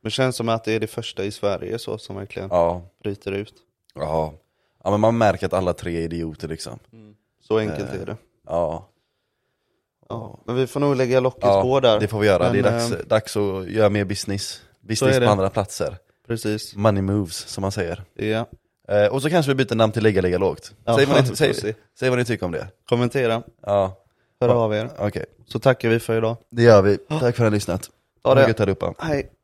Men känns som att det är det första i Sverige så som verkligen Ja, bryter ut. ja. ja men man märker att alla tre är idioter liksom. Så enkelt är det. Eh, Ja, Ja. Men vi får nog lägga locket på ja där. det får vi Men, göra, det är dags, eh, dags att göra mer business. Business är på det. andra platser. precis. Money moves, som man säger. Ja. Eh, och så kanske vi byter namn till Lägga Lägga Lågt. Ja, säg, vad vi ni, får säg, se. säg vad ni tycker om det. Kommentera. Ja, Hör av er. okej. Så tackar vi för idag. Det gör vi. Tack för att ni har lyssnat. Ha det det. gött allihopa. Hej.